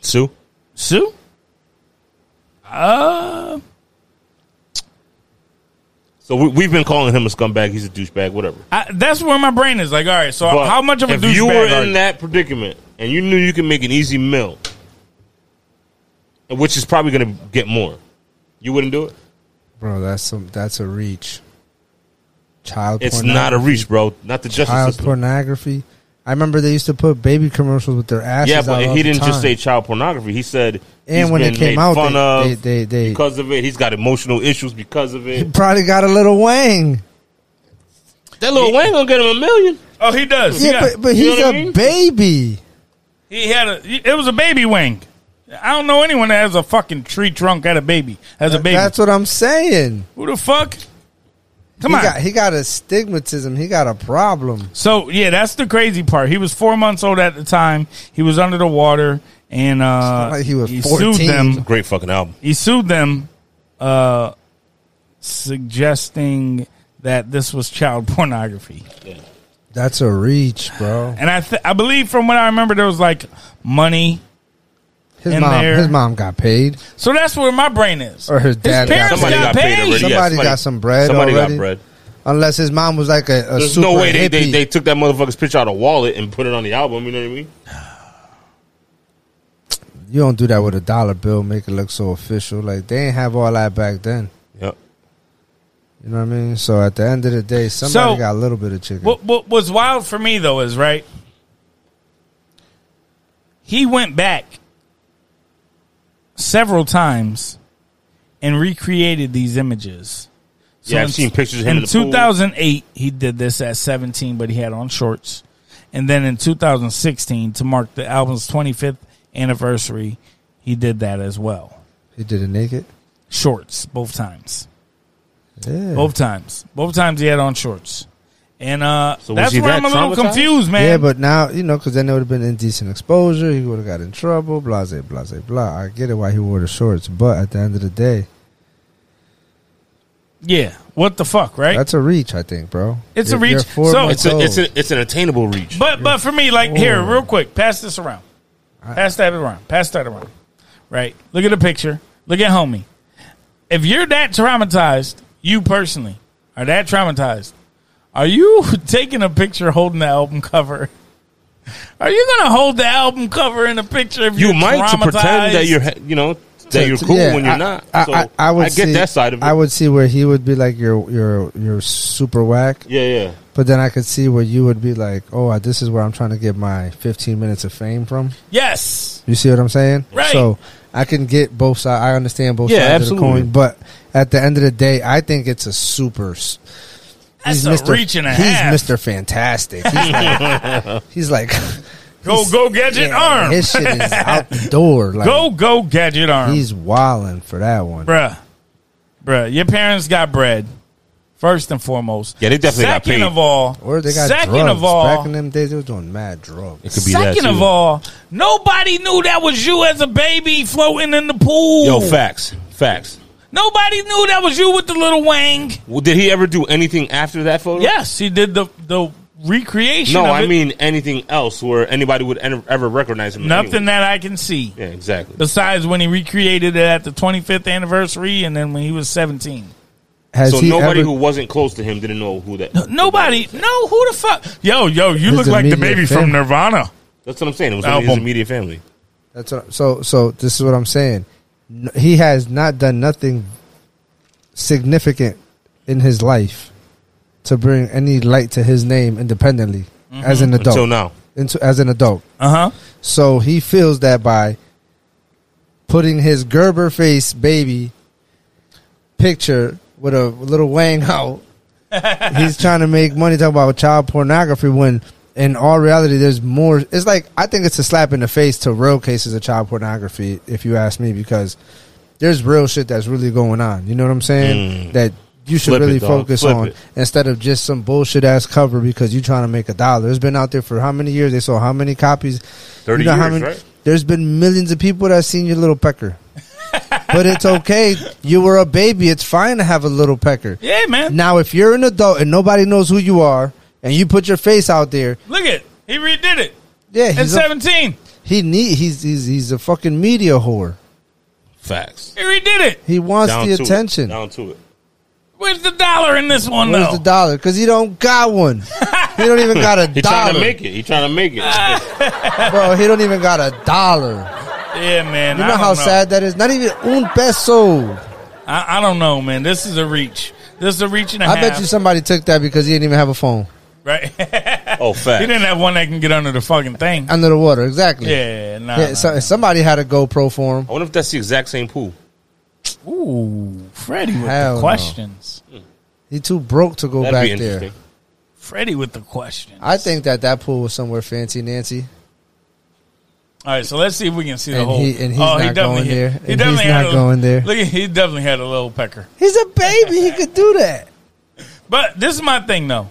Speaker 3: Sue.
Speaker 1: Sue? Uh,
Speaker 3: So we, we've been calling him a scumbag. He's a douchebag. Whatever.
Speaker 1: I, that's where my brain is like, all right, so
Speaker 3: But
Speaker 1: how much of a
Speaker 3: if you were in
Speaker 1: douchebag are
Speaker 3: that predicament and you knew you could make an easy mill, which is probably going to get more, you wouldn't do it.
Speaker 2: bro. That's some. That's a reach. Child.
Speaker 3: It's
Speaker 2: porno-
Speaker 3: not a reach, bro. Not the justice
Speaker 2: child
Speaker 3: system.
Speaker 2: pornography. I remember they used to put baby commercials with their asses.
Speaker 3: yeah,
Speaker 2: out
Speaker 3: but
Speaker 2: all
Speaker 3: he
Speaker 2: the
Speaker 3: didn't just
Speaker 2: time.
Speaker 3: say child pornography. He said
Speaker 2: And
Speaker 3: he's
Speaker 2: when it
Speaker 3: been
Speaker 2: came
Speaker 3: made
Speaker 2: out,
Speaker 3: fun
Speaker 2: they-
Speaker 3: of
Speaker 2: they- they- they-
Speaker 3: because of it. He's got emotional issues because of it.
Speaker 2: Probably got a little wang.
Speaker 3: That little Wayne gonna get him a million.
Speaker 1: Oh, he does.
Speaker 2: Yeah,
Speaker 1: Yeah.
Speaker 2: but, but
Speaker 3: You know
Speaker 2: he's
Speaker 3: what
Speaker 2: a
Speaker 3: I mean?
Speaker 2: baby.
Speaker 1: He had a. It was a baby wing. I don't know anyone that has a fucking tree trunk at a baby. As a baby,
Speaker 2: That's what I'm saying.
Speaker 1: who the fuck? Come
Speaker 2: he
Speaker 1: on.
Speaker 2: got he got a stigmatism. He got a problem.
Speaker 1: so yeah, that's the crazy part. He was four months old at the time. He was under the water, and uh,
Speaker 2: like he was
Speaker 1: sued
Speaker 2: 14.
Speaker 1: them.
Speaker 3: Great fucking album.
Speaker 1: He sued them, uh, suggesting that this was child pornography.
Speaker 2: That's a reach, bro.
Speaker 1: And I, th- I believe from what I remember, there was like money.
Speaker 2: His
Speaker 1: In
Speaker 2: mom
Speaker 1: there.
Speaker 2: his mom got paid.
Speaker 1: So that's where my brain is.
Speaker 2: Or his dad got
Speaker 1: parents
Speaker 2: paid.
Speaker 3: Somebody got paid already. Yeah,
Speaker 2: Somebody got some bread
Speaker 3: Somebody
Speaker 2: already?
Speaker 3: got bread.
Speaker 2: Unless his mom was like a, a
Speaker 3: There's
Speaker 2: super
Speaker 3: no way they, they
Speaker 2: hippie.
Speaker 3: they took that motherfucker's picture out of wallet and put it on the album. You know what I mean?
Speaker 2: you don't do that with a dollar bill, make it look so official. Like they ain't have all that back then.
Speaker 3: Yep.
Speaker 2: You know what I mean? So at the end of the day, somebody
Speaker 1: So-
Speaker 2: got a little bit of chicken.
Speaker 1: What what was wild for me though is right. He went back several times and recreated these images. So
Speaker 3: Yeah, I've
Speaker 1: in-
Speaker 3: seen pictures of him
Speaker 1: In,
Speaker 3: in the pool.
Speaker 1: 2008, he did this at 17, but he had on shorts. And then in 2016, to mark the album's 25th anniversary, he did that as well.
Speaker 2: he did it naked.
Speaker 1: Shorts, both times.
Speaker 2: Yeah.
Speaker 1: Both times. Both times he had on shorts. And uh,
Speaker 3: So was
Speaker 1: that's
Speaker 3: he
Speaker 1: where
Speaker 3: that
Speaker 1: I'm a little
Speaker 3: traumatized?
Speaker 1: confused, man.
Speaker 2: Yeah, but now you know because then it would have been indecent exposure. He would have got in trouble. Blase, blase, blah. I get it why he wore the shorts, but at the end of the day,
Speaker 1: Yeah. What the fuck, right?
Speaker 2: that's a reach. I think, bro.
Speaker 1: It's a
Speaker 2: You're- you're
Speaker 1: reach.
Speaker 2: four
Speaker 1: So-
Speaker 2: months
Speaker 3: It's a,
Speaker 2: old.
Speaker 3: it's a, it's an attainable reach.
Speaker 1: but but for me, like here,
Speaker 2: Whoa.
Speaker 1: real quick, pass this around. Pass that around. Pass that around. Right. Look at the picture. Look at homie. If you're that traumatized, you personally are that traumatized. Are you taking a picture holding the album cover? Are you gonna hold the album cover in a picture if
Speaker 3: you
Speaker 1: you're
Speaker 3: might to pretend that
Speaker 1: traumatized?
Speaker 3: you're you know that you're
Speaker 2: To-
Speaker 3: cool
Speaker 2: yeah,
Speaker 3: when you're
Speaker 2: I-
Speaker 3: not.
Speaker 2: I,
Speaker 3: So
Speaker 2: I, I would
Speaker 3: get
Speaker 2: see-
Speaker 3: that side of it.
Speaker 2: I would see where he would be like, "You're you're you're super whack,"
Speaker 3: Yeah, yeah.
Speaker 2: but then I could see where you would be like, "Oh, I- this is where I'm trying to get my 15 minutes of fame from."
Speaker 1: Yes.
Speaker 2: You see what I'm saying?
Speaker 1: Right.
Speaker 2: So I can get both sides. I understand both
Speaker 3: Yeah,
Speaker 2: sides of the
Speaker 3: absolutely.
Speaker 2: coin, but at the end of the day, I think it's a super. s-
Speaker 1: That's a reach and a
Speaker 2: he's
Speaker 1: half.
Speaker 2: Mr. Fantastic. He's like, he's like
Speaker 1: Go go gadget
Speaker 2: yeah,
Speaker 1: arm.
Speaker 2: His shit is out the door. Like,
Speaker 1: Go go gadget arm.
Speaker 2: He's wilding for that one.
Speaker 1: bruh, bruh, your parents got bread. First and foremost,
Speaker 3: Yeah, they definitely got
Speaker 1: Second
Speaker 3: paid.
Speaker 1: of all,
Speaker 2: Or they got
Speaker 1: second
Speaker 2: drugs.
Speaker 1: of all,
Speaker 2: back in them days, they were doing mad drugs.
Speaker 3: It could be that,
Speaker 1: second of
Speaker 3: too.
Speaker 1: all, nobody knew that was you as a baby floating in the pool.
Speaker 3: Yo, facts, facts.
Speaker 1: nobody knew that was you with the little wang.
Speaker 3: Well, did he ever do anything after that photo?
Speaker 1: Yes, he did the the recreation.
Speaker 3: No,
Speaker 1: of
Speaker 3: I
Speaker 1: it.
Speaker 3: mean anything else where anybody would en- ever recognize him.
Speaker 1: nothing
Speaker 3: anyway.
Speaker 1: that I can see.
Speaker 3: Yeah, exactly.
Speaker 1: Besides when he recreated it at the 25th anniversary, and then when he was 17.
Speaker 2: Has
Speaker 3: so
Speaker 2: he
Speaker 3: nobody
Speaker 2: ever,
Speaker 3: who wasn't close to him didn't know who that.
Speaker 1: Nobody, no, who the fuck? Yo, yo, you
Speaker 2: His
Speaker 1: look like the
Speaker 2: immediate
Speaker 1: baby from
Speaker 2: family.
Speaker 1: Nirvana.
Speaker 3: That's what I'm saying. It was only his
Speaker 1: Album.
Speaker 3: immediate family.
Speaker 2: That's what, so. So this is what I'm saying. N- He has not done nothing significant in his life to bring any light to his name independently. as an adult.
Speaker 3: Mm-hmm. Until now.
Speaker 2: Into, as an adult.
Speaker 1: Uh huh.
Speaker 2: So he feels that by putting his Gerber face baby picture with a little wang out, he's trying to make money talking about child pornography when in all reality there's more it's like I think it's a slap in the face to real cases of child pornography, if you ask me, because there's real shit that's really going on. You know what I'm saying? That you should
Speaker 3: Mm. Flip it,
Speaker 2: really
Speaker 3: dog.
Speaker 2: focus
Speaker 3: Flip
Speaker 2: on
Speaker 3: it.
Speaker 2: instead of just some bullshit ass cover because you're trying to make a dollar. It's been out there for how many years? They sold how many copies?
Speaker 3: 30
Speaker 2: how
Speaker 3: years, right?
Speaker 2: There's been millions of people that seen your little pecker. but it's okay. You were a baby. It's fine to have a little pecker.
Speaker 1: Yeah, man.
Speaker 2: Now, if you're an adult and nobody knows who you are, and you put your face out there,
Speaker 1: Look at he redid it
Speaker 2: yeah,
Speaker 1: at
Speaker 2: he's a,
Speaker 1: seventeen.
Speaker 2: he need he's, he's he's a fucking media whore.
Speaker 3: Facts.
Speaker 1: He redid it.
Speaker 2: He wants
Speaker 3: Down
Speaker 2: the
Speaker 3: to it.
Speaker 2: attention.
Speaker 3: Down to it.
Speaker 1: Where's the dollar in this one
Speaker 2: Where's
Speaker 1: though?
Speaker 2: the dollar? Because he don't got one. he don't even got a
Speaker 3: He trying to
Speaker 2: dollar,
Speaker 3: make it. He trying to make it.
Speaker 2: bro. He don't even got a dollar.
Speaker 1: yeah, man.
Speaker 2: You
Speaker 1: I
Speaker 2: know
Speaker 1: don't
Speaker 2: how sad that is. Not even un peso.
Speaker 1: I, I don't know, man. This is a reach. This is a reach and a
Speaker 2: I
Speaker 1: half.
Speaker 2: bet you somebody took that because he didn't even have a phone
Speaker 1: right.
Speaker 3: oh,
Speaker 1: he
Speaker 3: facts.
Speaker 1: didn't have one that can get under the fucking thing.
Speaker 2: under the water. Exactly.
Speaker 1: Yeah, nah.
Speaker 2: Yeah,
Speaker 1: nah.
Speaker 2: so, somebody had a GoPro for him.
Speaker 3: I wonder if that's the exact same pool.
Speaker 1: Ooh, Freddie with
Speaker 2: Hell
Speaker 1: the
Speaker 2: no.
Speaker 1: questions.
Speaker 2: He too broke to go
Speaker 3: That'd be
Speaker 2: back there.
Speaker 3: interesting.
Speaker 1: Freddie with the questions.
Speaker 2: I think that that pool was somewhere fancy, Nancy.
Speaker 1: All right, so let's see if we can see the
Speaker 2: And
Speaker 1: whole.
Speaker 2: he- and he's not going
Speaker 1: hit-
Speaker 2: there.
Speaker 1: he
Speaker 2: And he's
Speaker 1: definitely had
Speaker 2: not
Speaker 1: a-
Speaker 2: going there.
Speaker 1: Look, at- he definitely had a little pecker.
Speaker 2: He's a baby. He could do that.
Speaker 1: But this is my thing, though.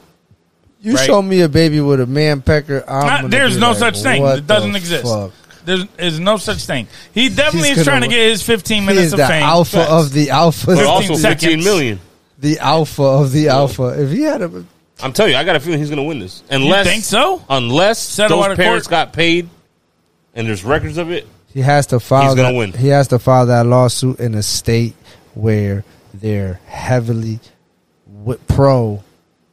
Speaker 2: You
Speaker 1: Right.
Speaker 2: show me a baby with a man pecker. I'm
Speaker 1: Not-
Speaker 2: gonna
Speaker 1: there's
Speaker 2: be
Speaker 1: no
Speaker 2: like,
Speaker 1: such thing.
Speaker 2: what
Speaker 1: It doesn't
Speaker 2: the
Speaker 1: exist.
Speaker 2: fuck?
Speaker 1: There's is no such thing. He definitely
Speaker 2: He's
Speaker 1: is trying to
Speaker 2: gonna-
Speaker 1: get his 15
Speaker 2: He
Speaker 1: minutes
Speaker 2: is
Speaker 1: of
Speaker 2: the
Speaker 1: fame.
Speaker 2: alpha
Speaker 1: Facts.
Speaker 2: of the
Speaker 3: But
Speaker 2: alpha.
Speaker 3: also
Speaker 1: 15
Speaker 3: 15 million.
Speaker 2: the alpha of the alpha. If he had a,
Speaker 3: I'm telling you, I got a feeling he's going to win this.
Speaker 1: You
Speaker 3: Unless
Speaker 1: think so?
Speaker 3: Unless
Speaker 1: Settle out
Speaker 3: those
Speaker 1: of
Speaker 3: parents
Speaker 1: court?
Speaker 3: got paid and there's records of it.
Speaker 2: he has to file.
Speaker 3: He's gonna
Speaker 2: that,
Speaker 3: win.
Speaker 2: He has to file that lawsuit in a state where they're heavily wi- pro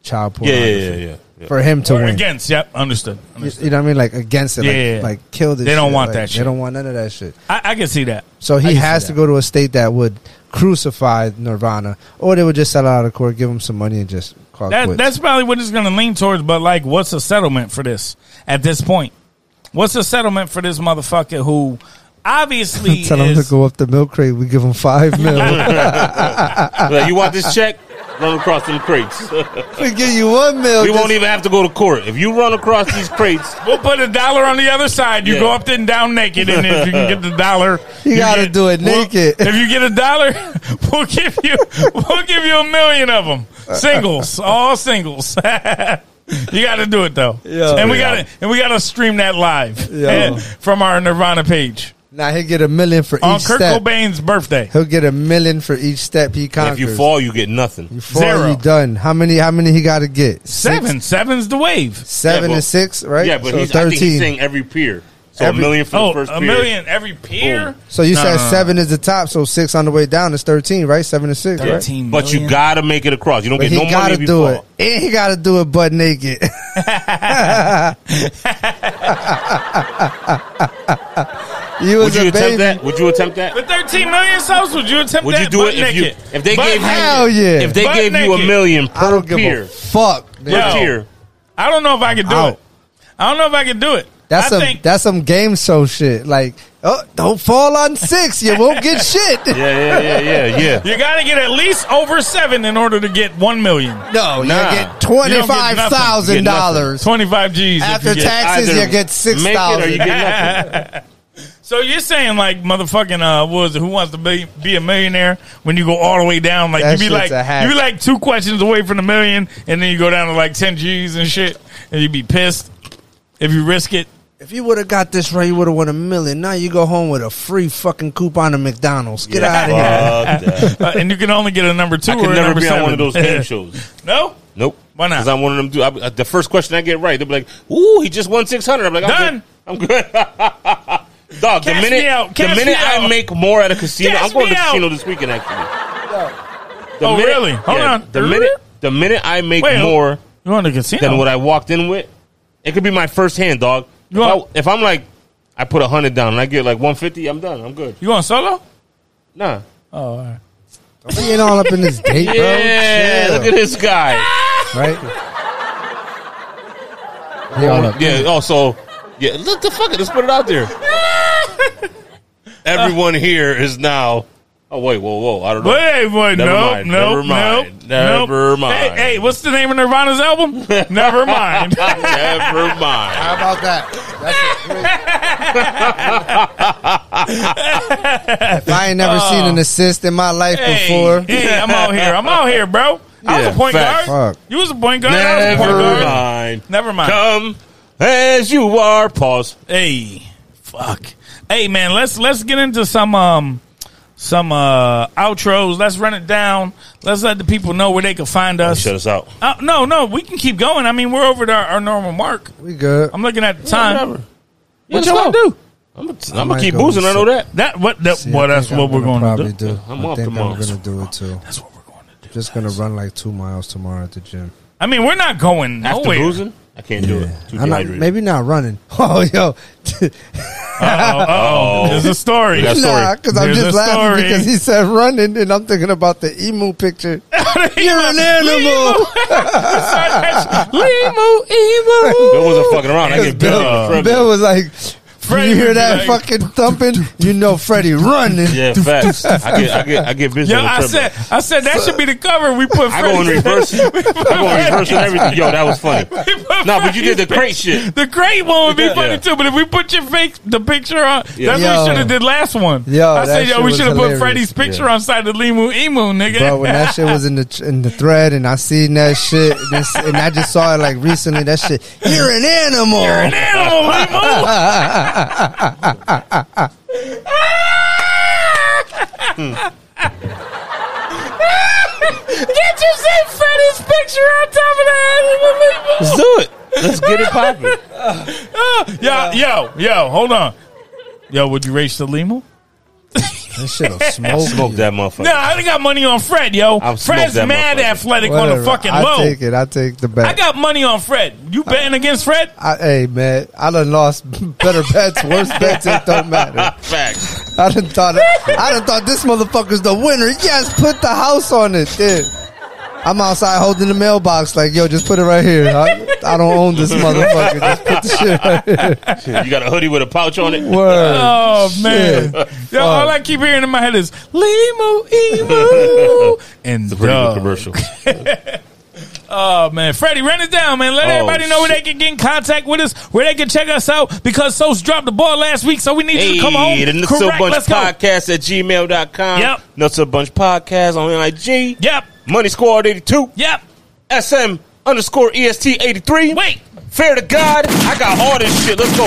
Speaker 2: child
Speaker 3: Yeah,
Speaker 2: pornography
Speaker 3: yeah, yeah, yeah. yeah.
Speaker 2: for him to
Speaker 1: Or
Speaker 2: win.
Speaker 1: against. Yep, understood.
Speaker 2: You,
Speaker 1: understood.
Speaker 2: you know what I mean? Like against it. Like,
Speaker 1: Yeah, yeah, yeah.
Speaker 2: like kill this.
Speaker 1: They don't
Speaker 2: shit.
Speaker 1: want
Speaker 2: Like,
Speaker 1: that shit.
Speaker 2: They don't want none of that shit.
Speaker 1: I, I can see that.
Speaker 2: So
Speaker 1: I
Speaker 2: he
Speaker 1: can
Speaker 2: has
Speaker 1: see
Speaker 2: to
Speaker 1: that.
Speaker 2: go to a state that would crucify Nirvana, or they would just sell out of court, give him some money, and just call it
Speaker 1: That,
Speaker 2: quits.
Speaker 1: that's probably what it's going to lean towards. But like, what's a settlement for this at this point? What's a settlement for this motherfucker who obviously
Speaker 2: Tell him
Speaker 1: is
Speaker 2: to go up the milk crate. We give him five mil.
Speaker 3: Like, you want this check? Run across them crates.
Speaker 2: we give you one mil.
Speaker 3: we won't even have to go to court. If you run across these crates,
Speaker 1: We'll put a dollar on the other side. You
Speaker 3: Yeah.
Speaker 1: go up and down naked, and if you can get the dollar,
Speaker 2: You gotta
Speaker 1: get-
Speaker 2: do it
Speaker 1: we'll-
Speaker 2: naked.
Speaker 1: if you get a dollar, we'll give you we'll give you a million of them, singles, all singles. you got to do it though,
Speaker 2: Yo.
Speaker 1: and we got to and we got to stream that live
Speaker 2: Yo.
Speaker 1: eh, from our Nirvana page
Speaker 2: Now he'll get a million for
Speaker 1: on
Speaker 2: each
Speaker 1: Kurt
Speaker 2: step.
Speaker 1: Cobain's birthday.
Speaker 2: He'll get a million for each step he conquers.
Speaker 3: if you fall, you get nothing.
Speaker 2: You fall,
Speaker 1: Zero.
Speaker 2: you done. How many? How many he got to get? Six?
Speaker 1: Seven, seven's the wave.
Speaker 2: Seven
Speaker 3: Yeah, but-
Speaker 2: and six, right?
Speaker 3: Yeah, but
Speaker 2: so
Speaker 3: he's, I think he's
Speaker 2: thirteen.
Speaker 3: saying every peer. So
Speaker 2: Every-
Speaker 3: a million for
Speaker 1: Oh,
Speaker 3: the first
Speaker 1: a
Speaker 3: peer.
Speaker 1: million every peer.
Speaker 3: Boom.
Speaker 2: so you
Speaker 1: No,
Speaker 2: said
Speaker 1: no, no.
Speaker 2: seven is the top. So six on the way down is thirteen, right? Seven and six, right?
Speaker 1: Thirteen,
Speaker 3: But you
Speaker 1: million.
Speaker 3: got to make it across. You don't
Speaker 2: But
Speaker 3: get
Speaker 2: he
Speaker 3: no money
Speaker 2: gotta
Speaker 3: if you
Speaker 2: do
Speaker 3: fall.
Speaker 2: it, and he gotta do it butt naked. you
Speaker 3: Would
Speaker 2: was
Speaker 3: you
Speaker 2: a
Speaker 3: attempt
Speaker 2: baby.
Speaker 3: that? Would you attempt that?
Speaker 1: With 13 million subs, would you attempt
Speaker 3: Would
Speaker 1: that?
Speaker 3: you do
Speaker 1: butt
Speaker 3: it if you
Speaker 1: naked?
Speaker 3: if they
Speaker 1: Butt
Speaker 3: gave
Speaker 2: Hell
Speaker 3: you,
Speaker 2: yeah.
Speaker 3: if they
Speaker 1: Butt
Speaker 3: gave you a
Speaker 1: naked.
Speaker 3: million
Speaker 2: I
Speaker 3: per
Speaker 2: don't give
Speaker 3: peer
Speaker 2: a fuck. nigga.
Speaker 3: per
Speaker 1: Yo.
Speaker 3: peer?
Speaker 1: I don't know if I could do
Speaker 2: Out.
Speaker 1: it. I don't know if I could do it.
Speaker 2: That's
Speaker 1: I
Speaker 2: some that's some game show shit. Like, oh, don't fall on six. You won't get shit.
Speaker 3: Yeah, yeah, yeah, yeah, yeah.
Speaker 1: you got to get at least over seven in order to get one million.
Speaker 2: No,
Speaker 3: Nah.
Speaker 2: you get twenty five thousand dollars.
Speaker 1: Twenty-five G's
Speaker 2: After
Speaker 1: if you get-
Speaker 2: tax. Taxes,
Speaker 3: Either
Speaker 2: you get
Speaker 3: Make it or
Speaker 2: 6,000.
Speaker 3: you get nothing.
Speaker 1: So you're saying like motherfucking uh, what was it, who wants to be, be a millionaire? When you go all the way down, like
Speaker 2: That
Speaker 1: you be
Speaker 2: shit's
Speaker 1: like
Speaker 2: a hack.
Speaker 1: you be like two questions away from the million, and then you go down to like ten G's and shit, and you be pissed if you risk it.
Speaker 2: If you would have got this right, you would have won a million. Now you go home with a free fucking coupon to McDonald's. Get out of here.
Speaker 3: Fuck that.
Speaker 1: Uh, and you can only get a number two
Speaker 3: I
Speaker 1: or
Speaker 3: could
Speaker 1: a
Speaker 3: never
Speaker 1: number
Speaker 3: be
Speaker 1: seven.
Speaker 3: on one of those game shows.
Speaker 1: no,
Speaker 3: Nope.
Speaker 1: Why not?
Speaker 3: Because I'm one of them. Dude, I, the first question I get right, they'll be like, "Ooh, he just won 600. I'm like,
Speaker 1: Done.
Speaker 3: "I'm good. I'm good." Dog, the
Speaker 1: Cash
Speaker 3: minute
Speaker 1: me out.
Speaker 3: the
Speaker 1: Cash
Speaker 3: minute
Speaker 1: me
Speaker 3: I
Speaker 1: out.
Speaker 3: make more at a casino,
Speaker 1: Cash
Speaker 3: I'm going to
Speaker 1: me
Speaker 3: the
Speaker 1: out.
Speaker 3: casino this weekend. Actually, the
Speaker 1: Oh, really? Hold on.
Speaker 3: The minute the minute I make
Speaker 1: Wait,
Speaker 3: more
Speaker 1: you on the casino?
Speaker 3: than what I walked in with, it could be my first hand, dog. If,
Speaker 1: You
Speaker 3: I,
Speaker 1: want-
Speaker 3: if I'm like, I put a hundred down and I get like 150, I'm done. I'm good.
Speaker 1: you going solo?
Speaker 3: Nah.
Speaker 1: Oh, all right.
Speaker 2: Being all up in this date, bro.
Speaker 3: Yeah,
Speaker 2: Chill.
Speaker 3: look at this guy.
Speaker 2: right? hold up.
Speaker 3: Yeah. Oh, so yeah. Look the fuck it. Let's put it out there. Everyone here is now. Oh wait, whoa, whoa. I don't know.
Speaker 1: Wait, wait,
Speaker 3: Never
Speaker 1: nope,
Speaker 3: mind,
Speaker 1: nope,
Speaker 3: never mind,
Speaker 1: nope,
Speaker 3: never
Speaker 1: nope.
Speaker 3: mind.
Speaker 1: Hey, hey, what's the name of Nirvana's album? never mind.
Speaker 3: Never mind.
Speaker 2: How about that? That's a great. if I ain't never seen an assist in my life
Speaker 1: Hey,
Speaker 2: before,
Speaker 1: hey, I'm out here. I'm out here, bro. I was
Speaker 3: Yeah,
Speaker 1: a point
Speaker 3: facts.
Speaker 1: guard.
Speaker 2: Fuck.
Speaker 1: You was a point guard. I was a point
Speaker 3: Never
Speaker 1: guard.
Speaker 3: mind.
Speaker 1: Never mind.
Speaker 3: Come as you are. Pause.
Speaker 1: Hey, fuck. Hey, man, let's let's get into some um some uh outros. Let's run it down. Let's let the people know where they can find us.
Speaker 3: Oh, Shut us out.
Speaker 1: Uh, no, no, we can keep going. I mean, we're over to our, our normal mark.
Speaker 2: we good.
Speaker 1: I'm looking at the time.
Speaker 3: Whatever.
Speaker 1: What
Speaker 3: let's
Speaker 1: y'all want to
Speaker 3: go.
Speaker 1: do?
Speaker 3: I'm gonna,
Speaker 2: I
Speaker 3: I'm
Speaker 2: might
Speaker 3: gonna keep
Speaker 2: go
Speaker 3: boozing. I know that.
Speaker 1: That what? That,
Speaker 2: See, I
Speaker 1: well, that's
Speaker 2: think
Speaker 1: what
Speaker 2: I'm
Speaker 1: we're
Speaker 2: gonna
Speaker 1: going to
Speaker 2: probably
Speaker 1: do.
Speaker 2: do.
Speaker 3: I'm
Speaker 2: I
Speaker 3: off
Speaker 2: think
Speaker 3: tomorrow.
Speaker 2: I'm gonna do it too.
Speaker 1: That's what we're going to do.
Speaker 2: Just gonna run like two miles tomorrow at the gym.
Speaker 1: I mean, we're not going
Speaker 3: After
Speaker 1: nowhere.
Speaker 3: boozing, I can't do it. Too
Speaker 2: I'm not,
Speaker 3: dehydrated.
Speaker 2: maybe not running. Oh, yo,
Speaker 1: Oh, there's a story.
Speaker 3: That's- story.
Speaker 2: nah, because I'm
Speaker 1: There's
Speaker 2: just
Speaker 1: a
Speaker 2: laughing
Speaker 1: story.
Speaker 2: because he said running, and I'm thinking about the emu picture. You're an animal.
Speaker 1: Limo, emo.
Speaker 3: Bill wasn't fucking around. I
Speaker 2: Because
Speaker 3: get Bill.
Speaker 2: Bill, Bill was like,
Speaker 1: Freddy
Speaker 2: you hear
Speaker 1: would be
Speaker 2: that
Speaker 1: like-
Speaker 2: fucking thumping? You know Freddie running.
Speaker 3: Yeah, facts. I get, I get, I get busy.
Speaker 1: Yo,
Speaker 3: on the
Speaker 1: I
Speaker 3: treadmill.
Speaker 1: said, I said that should be the cover. We put.
Speaker 3: I go in
Speaker 1: Freddie-
Speaker 3: reverse. I go in reverse and everything. Yo, that was funny.
Speaker 1: we put
Speaker 3: No, but you did the crate
Speaker 1: Freddie's
Speaker 3: shit.
Speaker 1: pic- The crate one would be
Speaker 3: Yeah.
Speaker 1: funny too. But if we put your fake the picture on,
Speaker 3: Yeah.
Speaker 1: that's what
Speaker 2: Yo.
Speaker 1: we should have did last one.
Speaker 2: Yo,
Speaker 1: I
Speaker 2: that
Speaker 1: said, yo,
Speaker 2: shit
Speaker 1: we
Speaker 2: was
Speaker 1: should have put
Speaker 2: hilarious.
Speaker 1: Freddie's picture
Speaker 3: Yeah.
Speaker 1: on side of Limu Emu, nigga.
Speaker 2: Bro, when that shit was in the in the thread, and I seen that shit, and, this- and I just saw it like recently. That shit, you're an animal.
Speaker 1: An animal, Limu. Can't you see Freddie's picture on top of that animal, Limu?
Speaker 3: Let's do it. Let's get it popping.
Speaker 1: Yo, yo, yo, hold on. Yo, would you race the limo?
Speaker 2: That shit'll smoke.
Speaker 3: Smoke
Speaker 2: you.
Speaker 3: that motherfucker.
Speaker 1: No, I got money on Fred, yo.
Speaker 3: I'll smoke
Speaker 1: Fred's
Speaker 3: that
Speaker 1: mad
Speaker 3: motherfucker.
Speaker 1: athletic on
Speaker 2: Whatever.
Speaker 1: the fucking
Speaker 2: I
Speaker 1: low.
Speaker 2: take it. I take the
Speaker 1: I
Speaker 2: bet.
Speaker 1: got money on Fred. You betting against Fred?
Speaker 2: I, hey man, I done lost better bets, worse bets. It don't matter.
Speaker 3: Facts.
Speaker 2: I done thought I done thought this motherfucker's the winner. Yes, put the house on it. Dude. I'm outside holding the mailbox like yo, just put it right here. I, I don't own this motherfucker. Just put the shit right here.
Speaker 3: You got a hoodie with a pouch on it.
Speaker 2: Word.
Speaker 1: Oh man,
Speaker 2: Shit.
Speaker 1: yo, all I keep hearing in my head is limo, emo, and
Speaker 3: It's a pretty good
Speaker 1: dub.
Speaker 3: commercial.
Speaker 1: Oh man, Freddie, run it down, man. Let
Speaker 3: Oh,
Speaker 1: everybody know where they
Speaker 3: shit.
Speaker 1: can get in contact with us, where they can check us out. Because Sos dropped the ball last week, so we need you
Speaker 3: Hey,
Speaker 1: to come home.
Speaker 3: the Nuts
Speaker 1: correct,
Speaker 3: Up Bunch
Speaker 1: let's go.
Speaker 3: Podcast at gmail.com.
Speaker 1: Yep.
Speaker 3: Nuts Up Bunch Podcast on IG.
Speaker 1: Yep,
Speaker 3: Money Squad 82.
Speaker 1: yep.
Speaker 3: SM underscore E EST 83.
Speaker 1: Wait.
Speaker 3: Fair to God. I got all this shit. Let's go.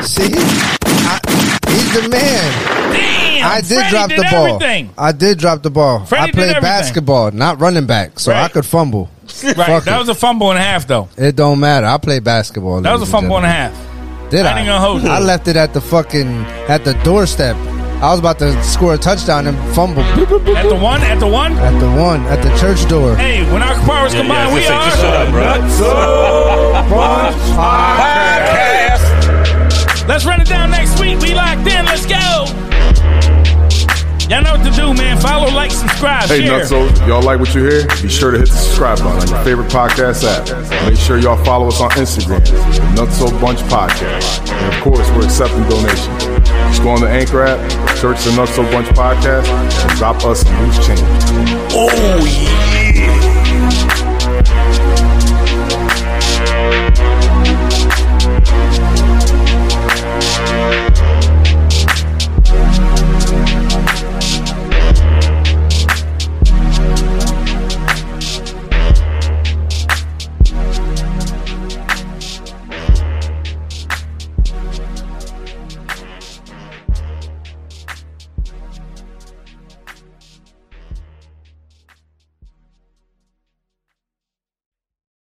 Speaker 2: See, I, he's the man.
Speaker 1: Damn,
Speaker 2: I did
Speaker 1: Freddie
Speaker 2: drop
Speaker 1: did
Speaker 2: the ball.
Speaker 1: Everything.
Speaker 2: I did drop the ball.
Speaker 1: Freddie
Speaker 2: I
Speaker 1: did
Speaker 2: played
Speaker 1: everything.
Speaker 2: basketball, not running back, so I
Speaker 1: Right.
Speaker 2: could fumble.
Speaker 1: Right,
Speaker 2: Fuck
Speaker 1: that
Speaker 2: it.
Speaker 1: was a fumble and a half, though.
Speaker 2: It don't matter. I played basketball.
Speaker 1: That was a fumble and a half.
Speaker 2: Did
Speaker 1: I
Speaker 2: I?
Speaker 1: ain't gonna hold you.
Speaker 2: I left it at the fucking at the doorstep. I was about to score a touchdown and fumble Boop, boop, boop.
Speaker 1: At the one, at the one.
Speaker 2: at the one at the church door.
Speaker 1: Hey, when our powers
Speaker 3: Yeah, yeah,
Speaker 1: combine,
Speaker 3: just, say- just
Speaker 1: we
Speaker 3: shut
Speaker 1: are.
Speaker 3: up, bro. Podcast.
Speaker 1: Let's run it down next week. We locked in. Let's go. Y'all know what to do, man. Follow, like, subscribe,
Speaker 5: Hey,
Speaker 1: share.
Speaker 5: Nutso, y'all like what you hear? Be sure to hit the subscribe button on your favorite podcast app. Make sure y'all follow us on Instagram, the Nutso Bunch Podcast. And of course, we're accepting donations. Just go on the Anchor app, search the Nutso Bunch Podcast, and drop us some loose change.
Speaker 3: Oh, yeah.